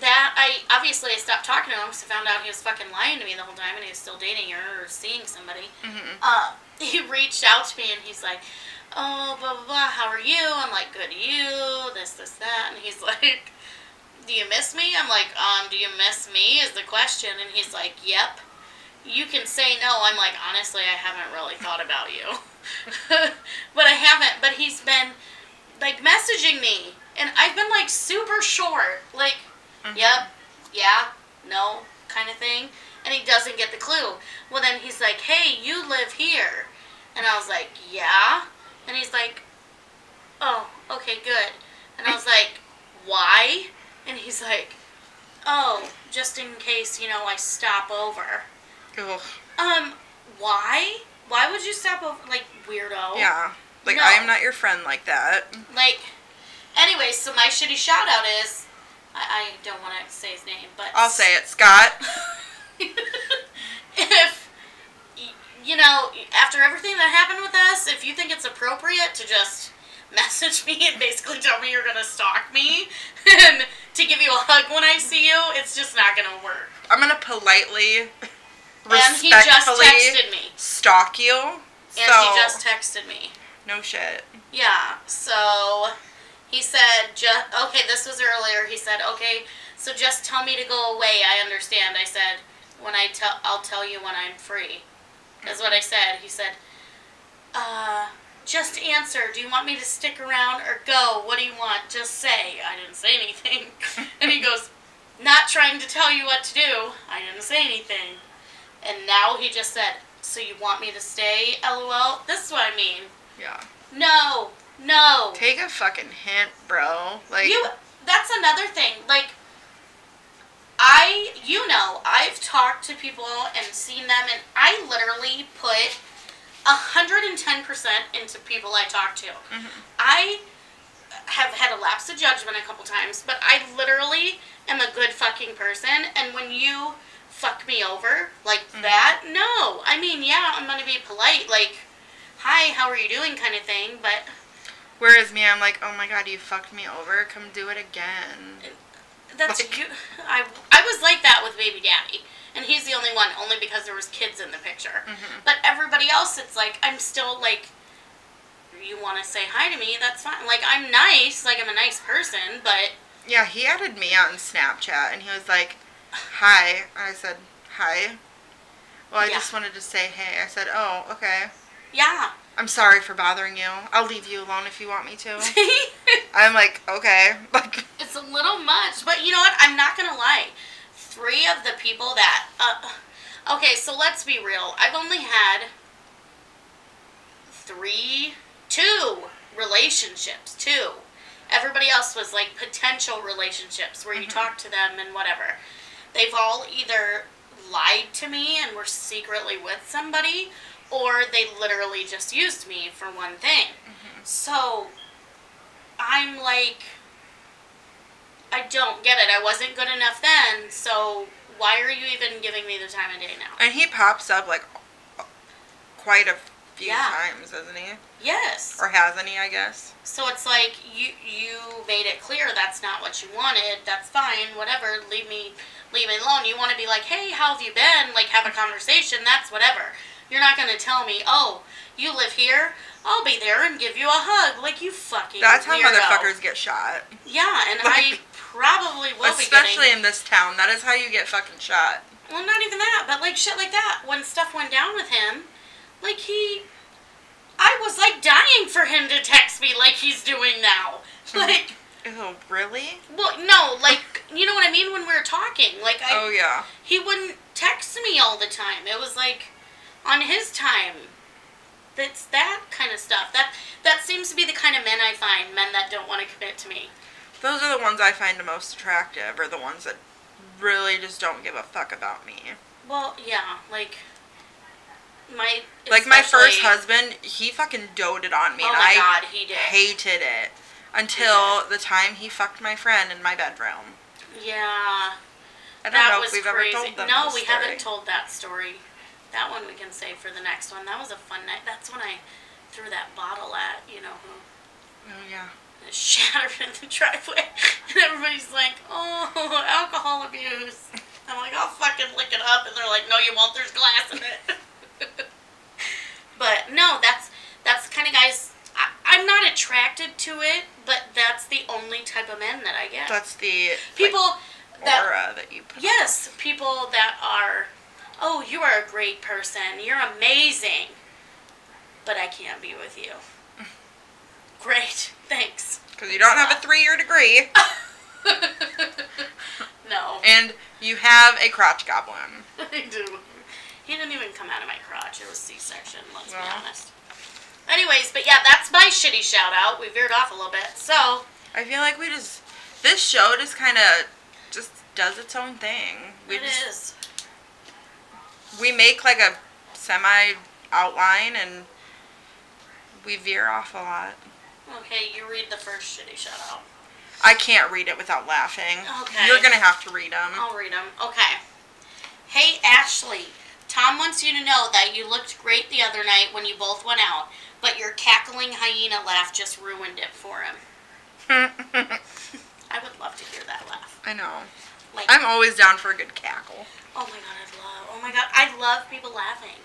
Speaker 2: that I obviously I stopped talking to him because I found out he was fucking lying to me the whole time and he was still dating her or seeing somebody.
Speaker 1: Mhm.
Speaker 2: Uh, he reached out to me and he's like, "Oh, blah blah blah, how are you?" I'm like, "Good, you." This, this, that, and he's like, "Do you miss me?" I'm like, "Um, do you miss me?" Is the question, and he's like, "Yep." You can say no. I'm like, honestly, I haven't really thought about you, but I haven't. But he's been like messaging me, and I've been like super short, like,
Speaker 1: Mhm.
Speaker 2: yep, yeah, no, kind of thing. And he doesn't get the clue. Well, then he's like, hey, you live here. And I was like, yeah. And he's like, oh, okay, good. And I was like, why? And he's like, oh, just in case, you know, I stop over.
Speaker 1: Ugh.
Speaker 2: Um, why? Why would you stop over? Like, weirdo.
Speaker 1: Yeah. Like
Speaker 2: Oh. No.
Speaker 1: I am not your friend like that.
Speaker 2: Like, anyway, so my shitty shout out is I, I don't want to say his name, but
Speaker 1: I'll say it, Scott.
Speaker 2: if y- you know, after everything that happened with us, if you think it's appropriate to just message me and basically tell me you're gonna stalk me and to give you a hug when I see you, it's just not gonna work.
Speaker 1: I'm gonna politely,
Speaker 2: And he just
Speaker 1: respectfully
Speaker 2: texted me.
Speaker 1: stalk you.
Speaker 2: And
Speaker 1: so
Speaker 2: he just texted me.
Speaker 1: no shit.
Speaker 2: Yeah. So he said, just okay. This was earlier. He said, okay. So just tell me to go away. I understand. I said, when I tell, I'll tell you when I'm free. Is what I said. He said, uh, just answer. Do you want me to stick around or go? What do you want? Just say. I didn't say anything. and he goes, not trying to tell you what to do. I didn't say anything. And now he just said, so you want me to stay? LOL. This is what I mean.
Speaker 1: Yeah.
Speaker 2: No, no.
Speaker 1: Take a fucking hint, bro. Like
Speaker 2: You. That's another thing. Like, I, you know, I've talked to people and seen them, and I literally put hundred and ten percent into people I talk to.
Speaker 1: Mhm.
Speaker 2: I have had a lapse of judgment a couple times, but I literally am a good fucking person. And when you fuck me over like
Speaker 1: Mm-hmm.
Speaker 2: that, no. I mean, yeah, I'm gonna be polite, like, "Hi, how are you doing?" kind of thing, but.
Speaker 1: Whereas me, I'm like, oh my god, you fucked me over. Come do it again.
Speaker 2: That's
Speaker 1: Like-
Speaker 2: you. I, I was like that with baby daddy, and he's the only one, only because there was kids in the picture.
Speaker 1: Mhm.
Speaker 2: But everybody else, it's like I'm still like, you want to say hi to me? That's fine. Like I'm nice, like I'm a nice person, but
Speaker 1: Yeah, he added me on Snapchat, and he was like, hi. And I said, hi. Well, I
Speaker 2: Yeah.
Speaker 1: just wanted to say hey. I said, oh, okay.
Speaker 2: yeah.
Speaker 1: I'm sorry for bothering you. I'll leave you alone if you want me to. I'm like, okay. Like,
Speaker 2: It's a little much, but you know what? I'm not gonna lie. Three of the people that, uh, okay, so let's be real. I've only had three, two relationships. Two. Everybody else was like potential relationships where you talk to them and whatever. They've all either lied to me and were secretly with somebody, or they literally just used me for one thing. So I'm like. I don't get it. I wasn't good enough then, so why are you even giving me the time of day now?
Speaker 1: and he pops up like quite a few
Speaker 2: Yeah.
Speaker 1: times, doesn't he?
Speaker 2: Yes.
Speaker 1: Or has any, I guess.
Speaker 2: So it's like you you made it clear that's not what you wanted. That's fine. Whatever. Leave me leave me alone. You want to be like, "Hey, how have you been?" like have a conversation. That's whatever. You're not going to tell me, "Oh, you live here. I'll be there and give you a hug." Like you fucking
Speaker 1: That's how
Speaker 2: weirdo.
Speaker 1: motherfuckers get shot.
Speaker 2: Yeah, and I
Speaker 1: Like-
Speaker 2: probably will be
Speaker 1: Especially
Speaker 2: getting
Speaker 1: in this town. That is how you get fucking shot.
Speaker 2: Well, not even that, but like shit like that. When stuff went down with him, like he, I was like dying for him to text me like he's doing now. Like,
Speaker 1: Oh, really?
Speaker 2: well, no, like you know what I mean when we were talking. Like I,
Speaker 1: oh, yeah.
Speaker 2: he wouldn't text me all the time. It was like on his time. That's that kind of stuff. That that seems to be the kind of men I find men that don't want to commit to me.
Speaker 1: Those are the ones I find the most attractive, or the ones that really just don't give a fuck about me.
Speaker 2: Well, yeah, like my
Speaker 1: Like my first
Speaker 2: especially-
Speaker 1: husband, he fucking doted on me,
Speaker 2: Oh
Speaker 1: and
Speaker 2: my
Speaker 1: I
Speaker 2: god, he did.
Speaker 1: hated it until the time he fucked my friend in my bedroom.
Speaker 2: yeah,
Speaker 1: I don't
Speaker 2: that
Speaker 1: know
Speaker 2: was
Speaker 1: if we've
Speaker 2: crazy.
Speaker 1: ever told them.
Speaker 2: no,
Speaker 1: this
Speaker 2: we
Speaker 1: story.
Speaker 2: haven't told that story. That one we can save for the next one. That was a fun night. That's when I threw that bottle at you know who.
Speaker 1: Oh yeah.
Speaker 2: and it shattered in the driveway. And everybody's like, oh, alcohol abuse. I'm like, I'll fucking lick it up. And they're like, no, you won't. There's glass in it. but no, that's that's the kind of guys. I, I'm not attracted to it, but that's the only type of men that I get.
Speaker 1: That's the
Speaker 2: People
Speaker 1: like,
Speaker 2: that
Speaker 1: aura that you put.
Speaker 2: Yes, people that are, oh, you are a great person. You're amazing. But I can't be with you. Great. Thanks.
Speaker 1: Because you don't have a three-year degree,
Speaker 2: no.
Speaker 1: and you have a crotch goblin.
Speaker 2: I do. He didn't even come out of my crotch. It was C-section, let's
Speaker 1: Yeah.
Speaker 2: be honest. Anyways, but yeah, that's my shitty shout out. We veered off a little bit. So,
Speaker 1: I feel like we just this show just kind of just does its own thing. We
Speaker 2: it
Speaker 1: just
Speaker 2: is.
Speaker 1: we make like a semi outline and we veer off a lot.
Speaker 2: Okay, you read the first shitty shout out.
Speaker 1: I can't read it without laughing.
Speaker 2: Okay. Oh.
Speaker 1: You're gonna have to read them.
Speaker 2: I'll read them. Okay. Hey, Ashley. Tom wants you to know that you looked great the other night when you both went out, but your cackling hyena laugh just ruined it for him. I would love to hear that laugh.
Speaker 1: I know.
Speaker 2: Like,
Speaker 1: I'm always down for a good cackle.
Speaker 2: oh my god, I love. Oh my god, I love people laughing.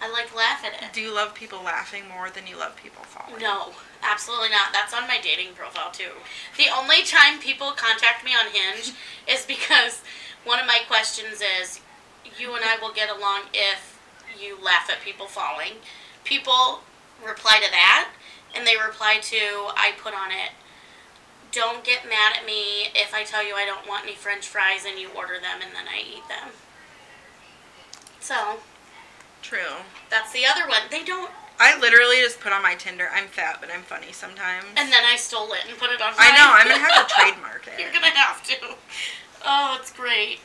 Speaker 2: I like laugh at it.
Speaker 1: Do you love people laughing more than you love people falling?
Speaker 2: No, absolutely not. That's on my dating profile too. The only time people contact me on Hinge is because one of my questions is you and I will get along if you laugh at people falling. People reply to that and they reply to I put on it don't get mad at me if I tell you I don't want any french fries and you order them and then I eat them. So,
Speaker 1: True.
Speaker 2: that's the other one. They don't
Speaker 1: I literally just put on my Tinder, I'm fat but I'm funny sometimes.
Speaker 2: and then I stole it and put it on
Speaker 1: I know,
Speaker 2: mine.
Speaker 1: I'm gonna have to trademark
Speaker 2: You're
Speaker 1: it.
Speaker 2: gonna have to. Oh, it's great.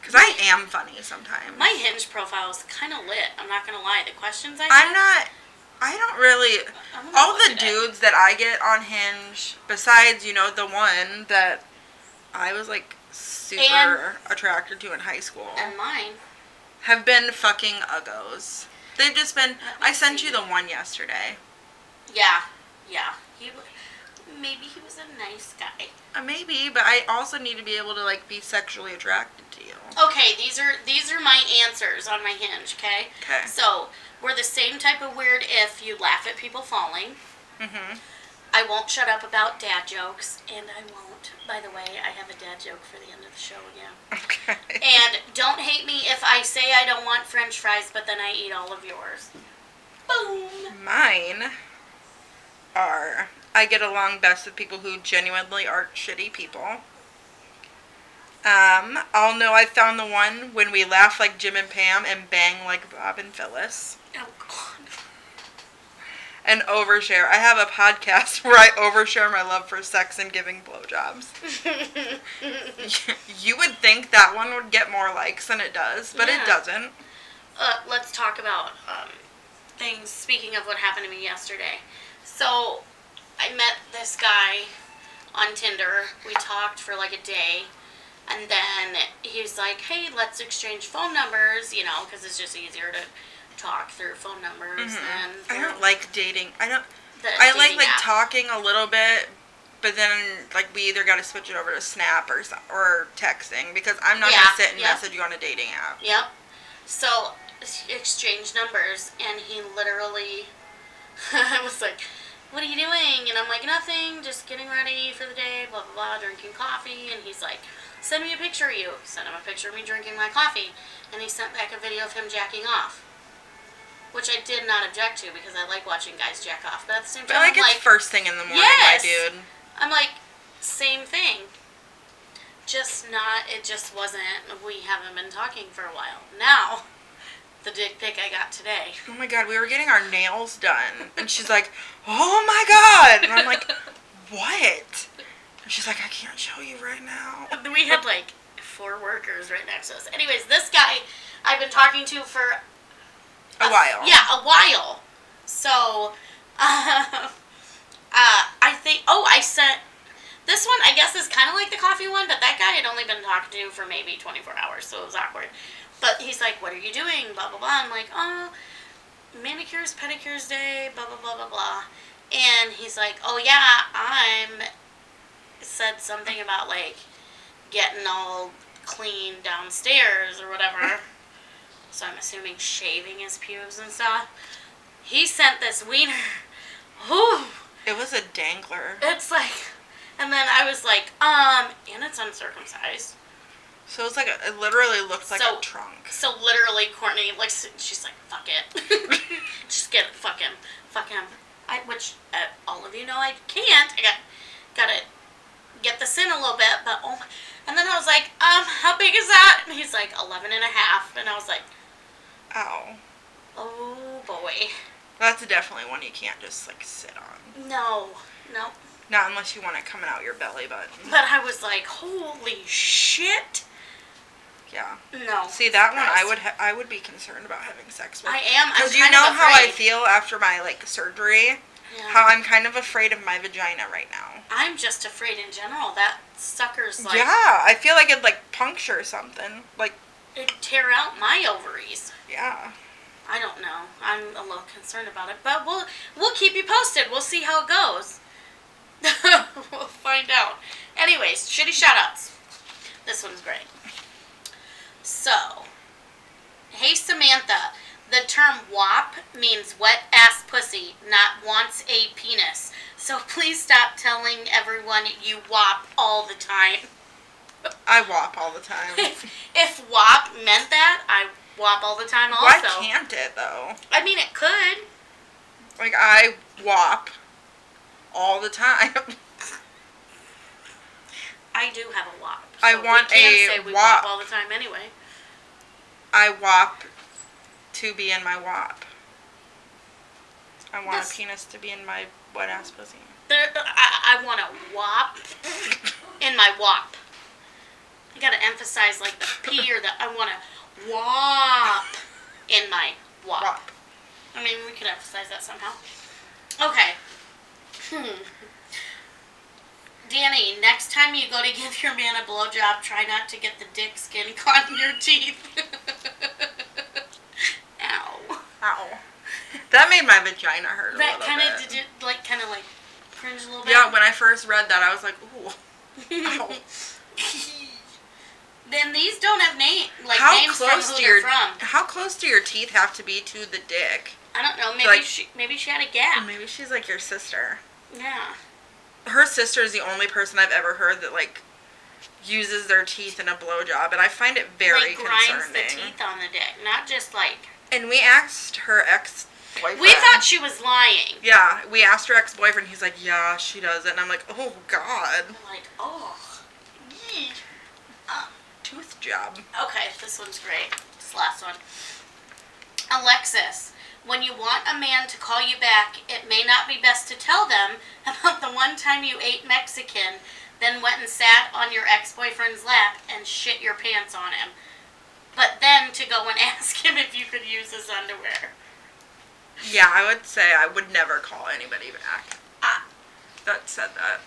Speaker 1: Because I am funny sometimes.
Speaker 2: My hinge profile is kind of lit. I'm not gonna lie. The questions I
Speaker 1: I'm not. I don't really.
Speaker 2: I'm gonna
Speaker 1: All
Speaker 2: look
Speaker 1: the
Speaker 2: at it.
Speaker 1: dudes that I get on Hinge, besides, you know, the one that I was like super
Speaker 2: And-
Speaker 1: attracted to in high school,
Speaker 2: and mine.
Speaker 1: have been fucking uggos. They've just been.
Speaker 2: Let me
Speaker 1: I sent
Speaker 2: see.
Speaker 1: you the one yesterday.
Speaker 2: Yeah, yeah. He w- maybe he was a nice guy.
Speaker 1: Uh, maybe, but I also need to be able to like be sexually attracted to you.
Speaker 2: Okay, these are these are my answers on my hinge. Okay.
Speaker 1: Okay.
Speaker 2: So we're the same type of weird. If you laugh at people falling,
Speaker 1: Mm-hmm.
Speaker 2: I won't shut up about dad jokes, and I won't. By the way, I have a dad joke for the end of the show again.
Speaker 1: Okay.
Speaker 2: And don't hate me if I say I don't want french fries, but then I eat all of yours. Boom!
Speaker 1: Mine are. I get along best with people who genuinely aren't shitty people. Um, I'll know I found the one when we laugh like Jim and Pam and bang like Bob and Phyllis.
Speaker 2: Oh, God.
Speaker 1: And overshare. I have a podcast where I overshare my love for sex and giving blowjobs. you would think that one would get more likes than it does, but
Speaker 2: Yeah.
Speaker 1: it doesn't.
Speaker 2: uh, let's talk about um, things. Speaking of what happened to me yesterday. So, I met this guy on Tinder. We talked for like a day. And then he's like, hey, let's exchange phone numbers, you know, because it's just easier to talk through phone
Speaker 1: Mhm.
Speaker 2: numbers than
Speaker 1: I don't like dating. I don't.
Speaker 2: the
Speaker 1: I like
Speaker 2: dating
Speaker 1: like
Speaker 2: app.
Speaker 1: talking a little bit, but then like we either got to switch it over to Snap or so- or texting because I'm not
Speaker 2: Yeah,
Speaker 1: gonna sit and
Speaker 2: yeah.
Speaker 1: message you on a dating app.
Speaker 2: Yep. So exchange numbers, and he literally, I was like, "What are you doing?" And I'm like, "Nothing, just getting ready for the day, blah blah blah, drinking coffee." And he's like, "Send me a picture of you." Sent him a picture of me drinking my coffee, and he sent back a video of him jacking off, which I did not object to because I like watching guys jack off. But at the same
Speaker 1: But
Speaker 2: time,
Speaker 1: like
Speaker 2: I'm
Speaker 1: it's
Speaker 2: like,
Speaker 1: first thing in the morning,
Speaker 2: Yes!
Speaker 1: my dude.
Speaker 2: I'm like, same thing. Just not, it just wasn't, we haven't been talking for a while. Now, the dick pic I got today.
Speaker 1: Oh my god, we were getting our nails done, and she's like, "Oh my god," and I'm like, "What?" And she's like, "I can't show you right now."
Speaker 2: We had like four workers right next to us. Anyways, this guy I've been talking to for
Speaker 1: A while.
Speaker 2: Uh, Yeah, a while. So, uh, uh, I think. Oh, I sent this one. I guess is kind of like the coffee one, but that guy had only been talking to for maybe twenty four hours, so it was awkward. But he's like, "What are you doing?" Blah blah blah. I'm like, "Oh, manicures, pedicures day." Blah blah blah blah blah. And he's like, "Oh yeah, I'm." Said something about like getting all clean downstairs or whatever. so I'm assuming shaving his pubes and stuff. He sent this wiener. Whew.
Speaker 1: It was a dangler.
Speaker 2: It's like, and then I was like, um, and it's uncircumcised.
Speaker 1: So it's like a, it literally looks like
Speaker 2: So-
Speaker 1: a trunk.
Speaker 2: So literally, Courtney, like, s- she's like, fuck it. Just get it, fuck him, fuck him. I, which uh, all of you know I can't. I got, gotta get this in a little bit, but oh my. And then I was like, um, how big is that? And he's like, 11 and a half. And I was like,
Speaker 1: Ow.
Speaker 2: oh boy.
Speaker 1: That's definitely one you can't just like sit on.
Speaker 2: No, no.
Speaker 1: Not unless you want it coming out your belly button.
Speaker 2: But I was like, holy shit.
Speaker 1: Yeah.
Speaker 2: No.
Speaker 1: See that one, I
Speaker 2: Surprised.
Speaker 1: would ha- I would be concerned about having sex with.
Speaker 2: I am. I'm
Speaker 1: Because you
Speaker 2: kind
Speaker 1: know
Speaker 2: of
Speaker 1: how I
Speaker 2: afraid. Uh-huh.
Speaker 1: feel after my like surgery,
Speaker 2: Yeah.
Speaker 1: how I'm kind of afraid of my vagina right now.
Speaker 2: I'm just afraid in general. That sucker's like
Speaker 1: yeah, I feel like it'd like puncture something. Like
Speaker 2: it'd tear out my ovaries.
Speaker 1: yeah,
Speaker 2: I don't know. I'm a little concerned about it, but we'll we'll keep you posted. We'll see how it goes. we'll find out. Anyways, shitty shoutouts. This one's great. So, hey Samantha, the term "wop" means wet ass pussy, not wants a penis. So please stop telling everyone you wop all the time
Speaker 1: I wop all the time.
Speaker 2: if, if WAP meant that, I WAP all the time also.
Speaker 1: Why can't it though?
Speaker 2: I mean, it could.
Speaker 1: Like I wop all the time.
Speaker 2: I do have a WAP.
Speaker 1: I
Speaker 2: we
Speaker 1: want
Speaker 2: can
Speaker 1: a
Speaker 2: say we
Speaker 1: wop.
Speaker 2: WAP all the time anyway.
Speaker 1: I wop to be in my wop. I want
Speaker 2: This-
Speaker 1: a penis to be in my wet ass pussy.
Speaker 2: There, I, I want a WAP in my WAP. You gotta emphasize like the P or the I want a WAP in my WAP.
Speaker 1: Wop.
Speaker 2: I mean, we could emphasize that somehow. Okay. Hmm. Danny, next time you go to give your man a blowjob, try not to get the dick skin caught in your teeth. Ow.
Speaker 1: Ow. That made my vagina hurt a
Speaker 2: That
Speaker 1: little
Speaker 2: kind
Speaker 1: bit.
Speaker 2: of did it, like, kind of like cringe a little bit.
Speaker 1: Yeah, when I first read that, I was like, ooh. ow.
Speaker 2: then these don't have name, like
Speaker 1: how
Speaker 2: names from
Speaker 1: close
Speaker 2: who
Speaker 1: do
Speaker 2: they're
Speaker 1: your
Speaker 2: from.
Speaker 1: how close do your teeth have to be to the dick?
Speaker 2: I don't know. Maybe
Speaker 1: like-
Speaker 2: she, maybe she had a gap.
Speaker 1: Maybe she's like your sister.
Speaker 2: Yeah.
Speaker 1: Her sister is the only person I've ever heard that like uses their teeth in a blowjob, and I find it very
Speaker 2: like grinds
Speaker 1: concerning.
Speaker 2: the teeth on the dick, not just like.
Speaker 1: And we asked her ex boyfriend.
Speaker 2: We thought she was lying.
Speaker 1: Yeah, we asked her ex boyfriend. He's like, yeah, she does it, and I'm like, oh god,
Speaker 2: I'm like, oh. Uh, yee.
Speaker 1: tooth job.
Speaker 2: Okay, this one's great. This last one. Alexis, when you want a man to call you back, it may not be best to tell them about the one time you ate Mexican, then went and sat on your ex boyfriend's lap and shit your pants on him. But then to go and ask him if you could use his underwear.
Speaker 1: Yeah, I would say I would never call anybody back.
Speaker 2: Ah.
Speaker 1: That said that.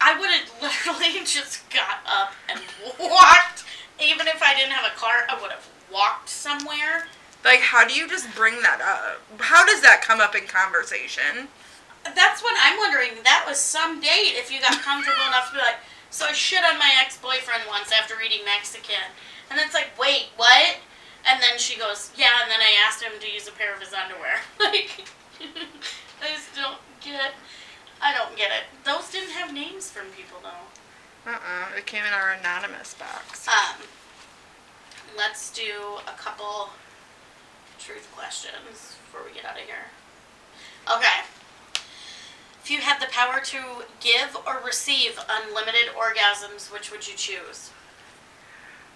Speaker 2: I would have literally just got up and walked. Even if I didn't have a car, I would have walked somewhere.
Speaker 1: Like, how do you just bring that up? How does that come up in conversation?
Speaker 2: That's what I'm wondering. That was some date if you got comfortable enough to be like, so I shit on my ex boyfriend once after eating Mexican. And it's like, wait, what? And then she goes, yeah, and then I asked him to use a pair of his underwear. Like, I just don't get I don't get it. Those didn't have names from people, though.
Speaker 1: Uh uh It came in our anonymous box.
Speaker 2: Um, let's do a couple truth questions before we get out of here. Okay. If you had the power to give or receive unlimited orgasms, which would you choose?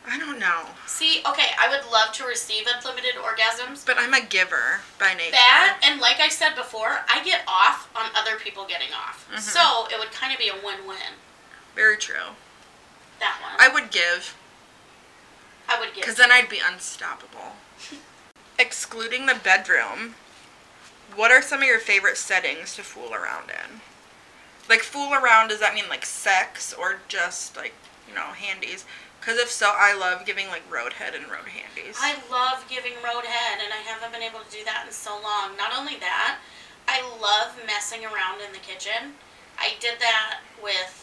Speaker 1: I don't know.
Speaker 2: See, okay, I would love to receive unlimited orgasms.
Speaker 1: But I'm a giver by nature.
Speaker 2: That, and like I said before, I get off on other people getting off.
Speaker 1: Mhm.
Speaker 2: So it would kind of be a win win.
Speaker 1: Very true.
Speaker 2: That one.
Speaker 1: I would give,
Speaker 2: I, would get.
Speaker 1: because then I'd be unstoppable. excluding the bedroom, what are some of your favorite settings to fool around in? Like fool around, does that mean like sex or just like you know handies? Because if so, I love giving like road head and road handies.
Speaker 2: I love giving roadhead, and I haven't been able to do that in so long. Not only that, I love messing around in the kitchen. I did that with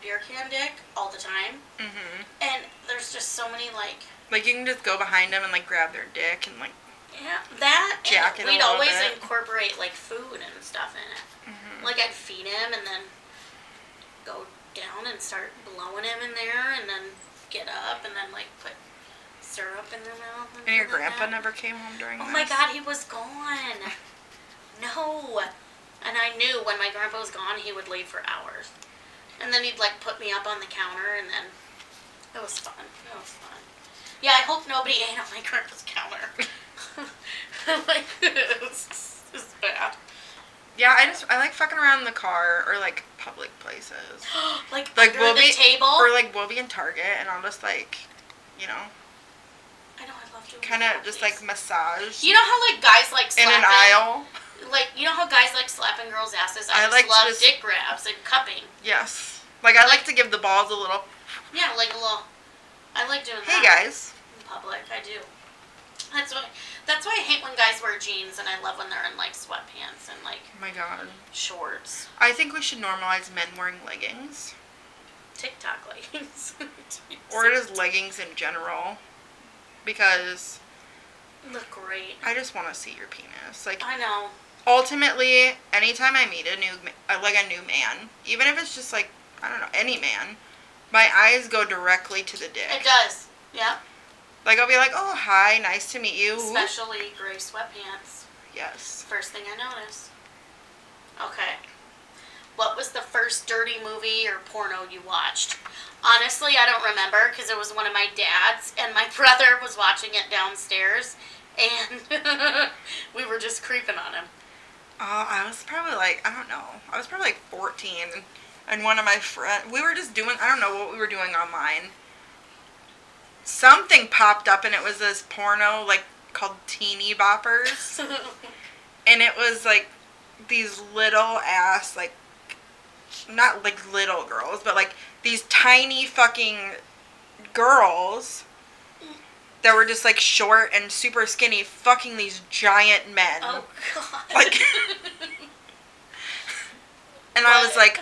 Speaker 2: beer can dick all the time,
Speaker 1: hmm
Speaker 2: and there's just so many like
Speaker 1: Like you can just go behind them and like grab their dick and like
Speaker 2: yeah that.
Speaker 1: Jack it
Speaker 2: And
Speaker 1: a
Speaker 2: we'd
Speaker 1: little
Speaker 2: always
Speaker 1: bit.
Speaker 2: incorporate like food and stuff in it.
Speaker 1: mhm.
Speaker 2: Like I'd feed him and then go down and start blowing him in there, and then get up and then like put syrup in their mouth.
Speaker 1: And your
Speaker 2: shit like
Speaker 1: grandpa
Speaker 2: that.
Speaker 1: never came home during
Speaker 2: Oh
Speaker 1: this?
Speaker 2: my god, he was gone. No. And I knew when my grandpa was gone, he would leave for hours. And then he'd like put me up on the counter, and then it was fun. It was fun. Yeah, I hope nobody ate on my grandpa's counter. like, it was, it was bad.
Speaker 1: Yeah, I just I like fucking around in the car or like public places.
Speaker 2: like,
Speaker 1: Like
Speaker 2: under
Speaker 1: we'll
Speaker 2: the
Speaker 1: be
Speaker 2: table.
Speaker 1: or like we'll be in Target and I'll just like, you know,
Speaker 2: I know, I love doing
Speaker 1: kind of
Speaker 2: that,
Speaker 1: just
Speaker 2: please.
Speaker 1: like massage
Speaker 2: You know how like guys like
Speaker 1: in
Speaker 2: slapping,
Speaker 1: an aisle.
Speaker 2: like you know how guys like slapping girls' asses.
Speaker 1: I
Speaker 2: I, just
Speaker 1: like to
Speaker 2: love
Speaker 1: just-
Speaker 2: dick grabs and cupping.
Speaker 1: Yes, like I like to give the balls a little.
Speaker 2: Yeah, like a little. I like doing
Speaker 1: Hey
Speaker 2: that.
Speaker 1: guys,
Speaker 2: in public. I do. That's why. That's why I hate when guys wear jeans, and I love when they're in like sweatpants and like
Speaker 1: oh my god,
Speaker 2: shorts,
Speaker 1: I think we should normalize men wearing leggings
Speaker 2: TikTok leggings,
Speaker 1: or just leggings in general, because
Speaker 2: look great.
Speaker 1: I just want to see your penis. Like
Speaker 2: I know.
Speaker 1: ultimately, anytime I meet a new, ma- uh, like a new man, even if it's just like I don't know any man, my eyes go directly to the
Speaker 2: It
Speaker 1: dick.
Speaker 2: does. Yeah.
Speaker 1: Like I'll be like, oh hi, nice to meet you. Ooh,
Speaker 2: Especially gray sweatpants.
Speaker 1: Yes.
Speaker 2: First thing I noticed. Okay. What was the first dirty movie or porno you watched? Honestly, I don't remember because it was one of my dad's, and my brother was watching it downstairs, and we were just creeping on him.
Speaker 1: Uh, I was probably like I don't know. I was probably like 14, and, and one of my friend we were just doing I don't know what we were doing online. Something popped up and it was this porno like called Teeny Boppers. and it was like these little ass like not like little girls but like these tiny fucking girls that were just like short and super skinny fucking these giant men
Speaker 2: oh God!
Speaker 1: Like- and i was
Speaker 2: what?
Speaker 1: like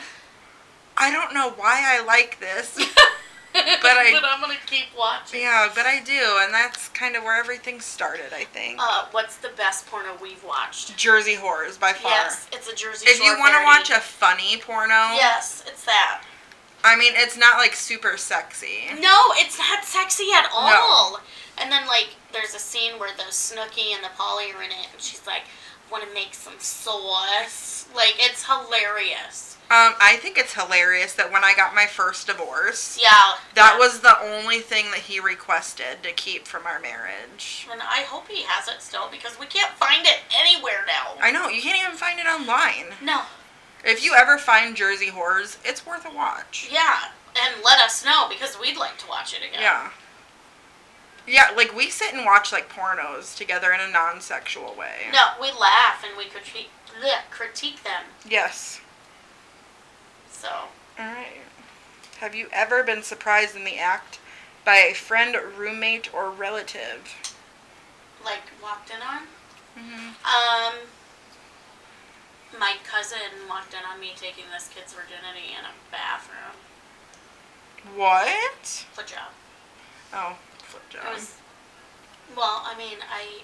Speaker 1: i don't know why i like this
Speaker 2: but
Speaker 1: I-
Speaker 2: am gonna keep watching.
Speaker 1: yeah but i do and that's kind of where everything started i think
Speaker 2: Uh, what's the best porno we've watched?
Speaker 1: jersey horrors by far
Speaker 2: Yes, it's a Jersey
Speaker 1: if
Speaker 2: Shore
Speaker 1: you want to
Speaker 2: parody.
Speaker 1: watch a funny porno
Speaker 2: Yes, it's that.
Speaker 1: i mean it's not like super sexy
Speaker 2: No, it's not sexy at all. And then like there's a scene where the Snooky and the Polly are in it, and she's like, "Want to make some sauce?" Like it's hilarious.
Speaker 1: Um, I think it's hilarious that when I got my first divorce,
Speaker 2: Yeah.
Speaker 1: that was the only thing that he requested to keep from our marriage.
Speaker 2: And I hope he has it still because we can't find it anywhere now.
Speaker 1: I know, you can't even find it online.
Speaker 2: no.
Speaker 1: If you ever find Jersey Horrors, it's worth a watch.
Speaker 2: Yeah. And let us know because we'd like to watch it again.
Speaker 1: Yeah. Yeah, like we sit and watch like pornos together in a non sexual way.
Speaker 2: No, we laugh and we critique, bleh, critique them.
Speaker 1: Yes.
Speaker 2: So
Speaker 1: Alright. Have you ever been surprised in the act by a friend, roommate, or relative?
Speaker 2: like walked in on.
Speaker 1: Mm-hmm.
Speaker 2: Um, my cousin walked in on me taking this kid's virginity in a bathroom.
Speaker 1: What?
Speaker 2: Good job.
Speaker 1: Oh, flip job.
Speaker 2: It was. Um, Well, I mean, I.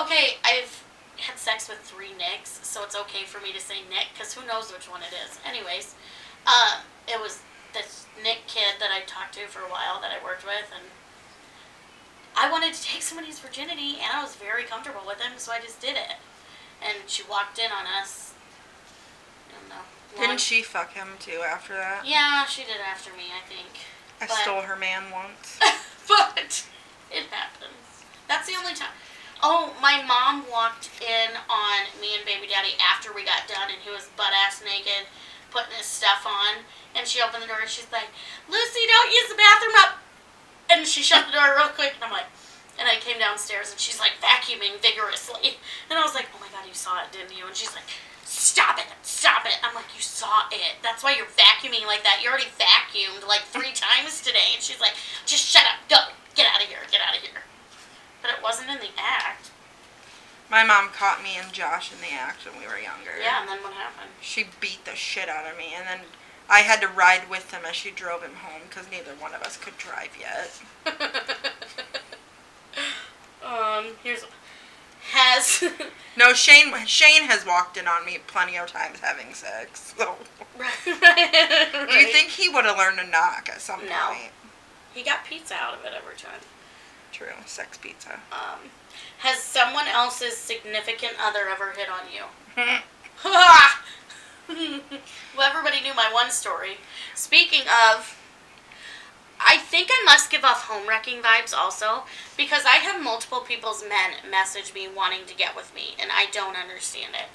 Speaker 2: Okay, I've had sex with three Nicks, so it's okay for me to say Nick, because who knows which one it is. Anyways, um, it was this Nick kid that I talked to for a while that I worked with, and I wanted to take somebody's virginity, and I was very comfortable with him, so I just did it. And she walked in on us. I don't know.
Speaker 1: Didn't
Speaker 2: Long-
Speaker 1: she fuck him too after that?
Speaker 2: Yeah, she did after me, I think.
Speaker 1: I
Speaker 2: but-
Speaker 1: stole her man once.
Speaker 2: but it happens. That's the only time. Oh, my mom walked in on me and baby daddy after we got done, and he was butt ass naked, putting his stuff on. And she opened the door and she's like, "Lucy, don't use the bathroom up." And she shut the door real quick, and I'm like, and I came downstairs and she's like vacuuming vigorously. And I was like, oh my god, you saw it, didn't you? And she's like, stop it, stop it. I'm like, you saw it. That's why you're vacuuming like that. You already vacuumed like three times today. And she's like, just shut up, go, get out of here, get out of here. But it wasn't in the act.
Speaker 1: My mom caught me and Josh in the act when we were younger.
Speaker 2: Yeah, and then what happened?
Speaker 1: She beat the shit out of me, and then I had to ride with him as she drove him home because neither one of us could drive yet.
Speaker 2: um, here's has
Speaker 1: No, Shane Shane has walked in on me plenty of times having sex. So, do you think he would have learned to knock at some
Speaker 2: No.
Speaker 1: point?
Speaker 2: he got pizza out of it every time?
Speaker 1: True, sex pizza.
Speaker 2: Um, has someone else's significant other ever hit on you? well, everybody knew my one story. Speaking of, I think I must give off home wrecking vibes also because I have multiple people's men message me wanting to get with me, and I don't understand it.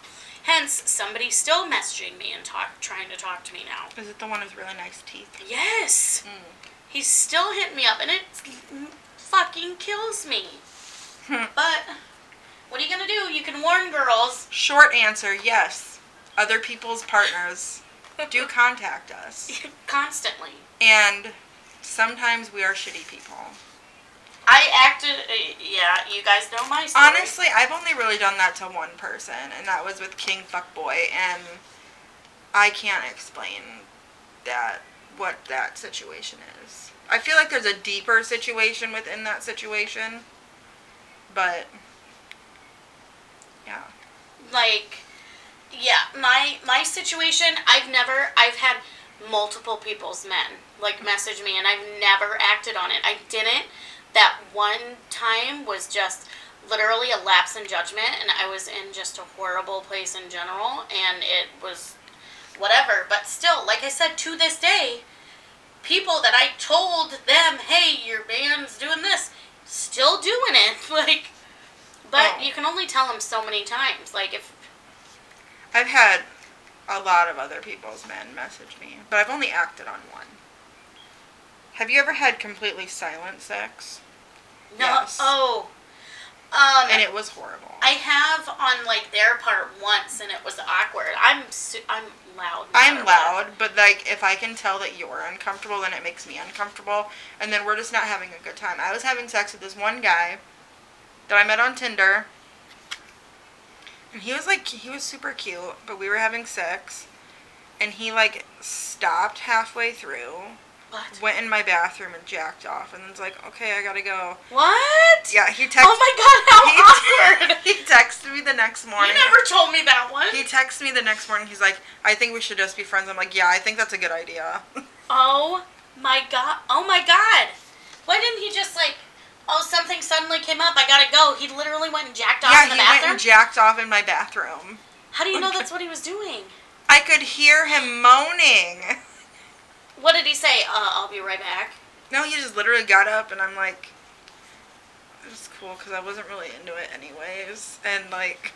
Speaker 2: Hence, somebody's still messaging me and talk, trying to talk to me now.
Speaker 1: Is it the one with really nice teeth?
Speaker 2: Yes,
Speaker 1: Mm.
Speaker 2: he's still hitting me up, and it fucking kills me. But what are you gonna do? You can warn girls.
Speaker 1: Short answer: Yes. Other people's partners do contact us,
Speaker 2: constantly.
Speaker 1: and sometimes we are shitty people.
Speaker 2: I acted. Uh, yeah, you guys know my story.
Speaker 1: Honestly, I've only really done that to one person, and that was with King Fuckboy, and I can't explain that what that situation is. I feel like there's a deeper situation within that situation, but yeah,
Speaker 2: like, yeah, my my situation. I've never. I've had multiple people's men like message me, and I've never acted on it. I didn't. That one time was just literally a lapse in judgment, and I was in just a horrible place in general, and it was whatever. But still, like I said, to this day, people that I told them, hey, your band's doing this, still doing it. Like, but
Speaker 1: Oh.
Speaker 2: you can only tell them so many times. Like, if
Speaker 1: I've had a lot of other people's men message me, but I've only acted on one. Have you ever had completely silent sex?
Speaker 2: no,
Speaker 1: Yes.
Speaker 2: oh, um,
Speaker 1: And it was horrible.
Speaker 2: I have on like their part once, and it was awkward. I'm su- I'm loud. no matter
Speaker 1: I'm
Speaker 2: what.
Speaker 1: loud, but like if I can tell that you're uncomfortable, then it makes me uncomfortable, and then we're just not having a good time. I was having sex with this one guy that I met on Tinder, and he was like he was super cute, but we were having sex, and he like stopped halfway through,
Speaker 2: What?
Speaker 1: went in my bathroom and jacked off, and then's like, okay, I gotta go.
Speaker 2: What?
Speaker 1: Yeah, he texted.
Speaker 2: Oh my god, how awkward!
Speaker 1: he, he texted me the next
Speaker 2: You
Speaker 1: morning.
Speaker 2: never told me that one.
Speaker 1: He texts me the next morning. He's like, "I think we should just be friends." I'm like, "Yeah, I think that's a good idea."
Speaker 2: Oh my god. Oh my god. Why didn't he just like, oh, something suddenly came up. I gotta go. He literally went and jacked off
Speaker 1: yeah,
Speaker 2: in the
Speaker 1: he went
Speaker 2: bathroom.
Speaker 1: and jacked off in my bathroom.
Speaker 2: How do you know that's what he was doing?
Speaker 1: I could hear him moaning.
Speaker 2: What did he say? Uh, I'll be right back.
Speaker 1: No, he just literally got up, and I'm like, "It's cool," because I wasn't really into it anyways. And like,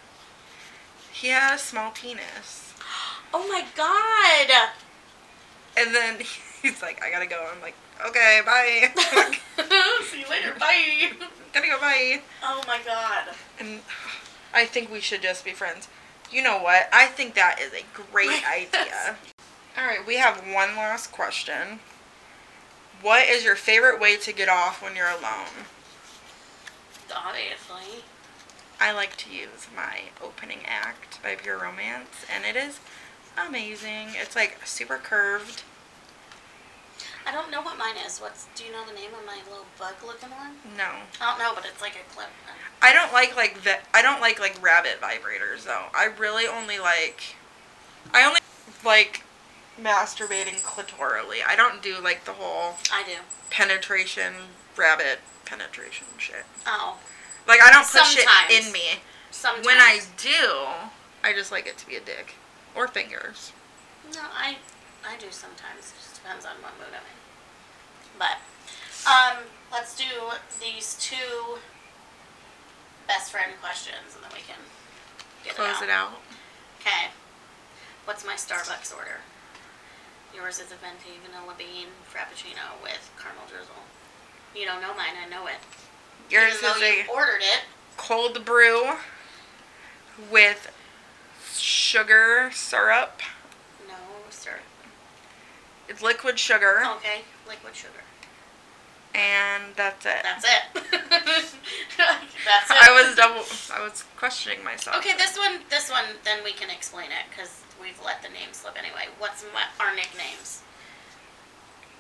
Speaker 1: he had a small penis.
Speaker 2: Oh my god.
Speaker 1: And then he's like, "I gotta go." I'm like, "Okay, bye." I'm like,
Speaker 2: See you later. Bye.
Speaker 1: gotta go, bye.
Speaker 2: Oh my god.
Speaker 1: And I think we should just be friends. You know what? I think that is a great idea. All right, we have one last question. What is your favorite way to get off when you're alone?
Speaker 2: Obviously.
Speaker 1: I like to use my opening act by Pure Romance, and it is amazing. It's like super curved.
Speaker 2: I don't know what mine is. What's? Do you know the name of my little bug-looking one?
Speaker 1: No,
Speaker 2: I don't know, but it's like a clip.
Speaker 1: I don't like like the I don't like like rabbit vibrators though. I really only like I only like masturbating clitorally. I don't do like the whole
Speaker 2: I do.
Speaker 1: penetration rabbit penetration shit.
Speaker 2: Oh,
Speaker 1: Like I don't put shit
Speaker 2: Sometimes.
Speaker 1: in me.
Speaker 2: sometimes.
Speaker 1: When I do, I just like it to be a dick or fingers.
Speaker 2: No, I I do sometimes. It just depends on what mood I'm in. But um, let's do these two best friend questions, and then we can get
Speaker 1: Close
Speaker 2: it,
Speaker 1: it
Speaker 2: out.
Speaker 1: out.
Speaker 2: Okay. What's my Starbucks order? Yours is a venti vanilla bean frappuccino with caramel drizzle. You don't know mine. I know it.
Speaker 1: Yours
Speaker 2: even though
Speaker 1: is
Speaker 2: you
Speaker 1: a
Speaker 2: ordered it.
Speaker 1: cold brew with sugar syrup.
Speaker 2: No, sir.
Speaker 1: It's liquid sugar,
Speaker 2: Okay, liquid sugar.
Speaker 1: and that's it.
Speaker 2: That's it. That's it.
Speaker 1: I was double. I was questioning myself.
Speaker 2: Okay, this one, this one, then we can explain it because we've let the name slip anyway. What's my, our nicknames?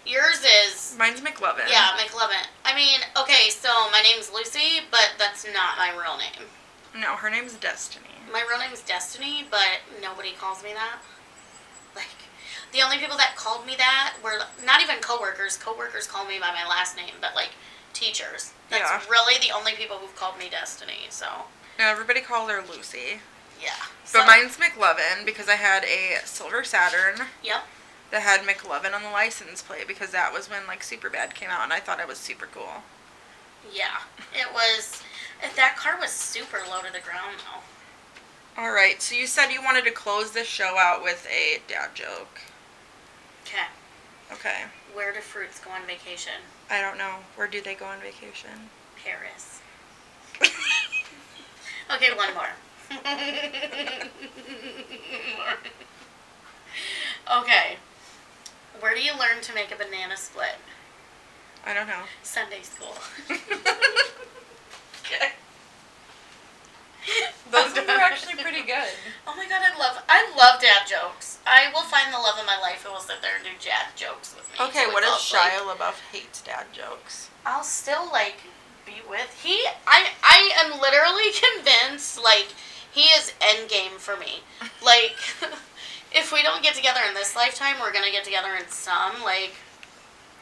Speaker 2: Yours is
Speaker 1: Mine's McLovin.
Speaker 2: yeah, McLovin. I mean, okay, so my name's Lucy, but that's not my real name.
Speaker 1: No, her name's Destiny.
Speaker 2: My real name's Destiny, but nobody calls me that. Like, the only people that called me that were not even coworkers. Coworkers call me by my last name, but like teachers. That's
Speaker 1: Yeah.
Speaker 2: really the only people who've called me Destiny. So
Speaker 1: No, everybody called her Lucy.
Speaker 2: yeah.
Speaker 1: But
Speaker 2: So-
Speaker 1: mine's McLovin because I had a silver Saturn
Speaker 2: Yep.
Speaker 1: that had McLovin on the license plate because that was when like Superbad came out and I thought I was super cool.
Speaker 2: Yeah, it was. That car was super low to the ground, though.
Speaker 1: All right, so you said you wanted to close this show out with a dad joke.
Speaker 2: Okay.
Speaker 1: Okay.
Speaker 2: Where do fruits go on vacation?
Speaker 1: I don't know. Where do they go on vacation?
Speaker 2: Paris. Okay, one more. okay. Where do you learn to make a banana split?
Speaker 1: I don't know.
Speaker 2: Sunday school.
Speaker 1: okay. Those ones are actually pretty good.
Speaker 2: Oh my god, I love I love dad jokes. I will find the love of my life who will sit there and do dad jokes with me.
Speaker 1: Okay,
Speaker 2: till we
Speaker 1: what
Speaker 2: fall
Speaker 1: if
Speaker 2: asleep.
Speaker 1: Shia LaBeouf hates dad jokes?
Speaker 2: I'll still like be with he. I I am literally convinced like he is endgame for me. Like if we don't get together in this lifetime, we're gonna get together in some. Like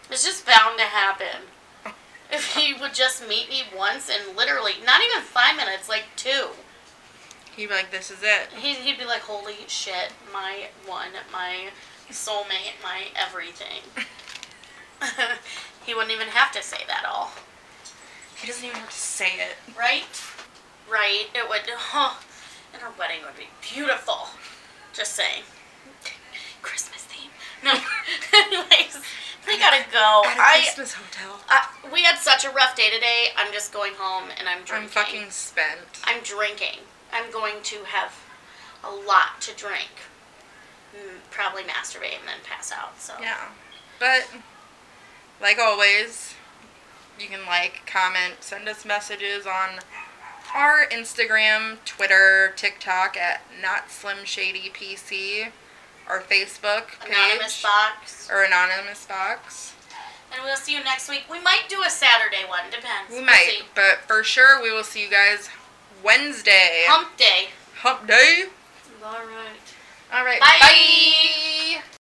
Speaker 2: it's just bound to happen. If he would just meet me once and literally not even five minutes, like two,
Speaker 1: He'd be like, "This is it."
Speaker 2: he, he'd be like, "Holy shit, my one, my soulmate, my everything." he wouldn't even have to say that all.
Speaker 1: He doesn't even have to say it.
Speaker 2: Right? Right. It would. Oh, and her wedding would be beautiful. Just saying. Christmas theme. No. Anyways, we gotta go.
Speaker 1: At a
Speaker 2: I,
Speaker 1: Christmas hotel.
Speaker 2: I. We had such a rough day today. I'm just going home and I'm drinking.
Speaker 1: I'm fucking spent.
Speaker 2: I'm drinking. I'm going to have a lot to drink. Mm, Probably masturbate and then pass out. So
Speaker 1: Yeah. But like always, you can like, comment, send us messages on our Instagram, Twitter, TikTok at not slim shady PC, our Facebook page
Speaker 2: anonymous box.
Speaker 1: or anonymous box.
Speaker 2: And we'll see you next week. We might do a Saturday one. Depends.
Speaker 1: We
Speaker 2: We'll
Speaker 1: might,
Speaker 2: see.
Speaker 1: but for sure we will see you guys Wednesday.
Speaker 2: Hump day.
Speaker 1: Hump day.
Speaker 2: All right.
Speaker 1: All right.
Speaker 2: Bye.
Speaker 1: bye.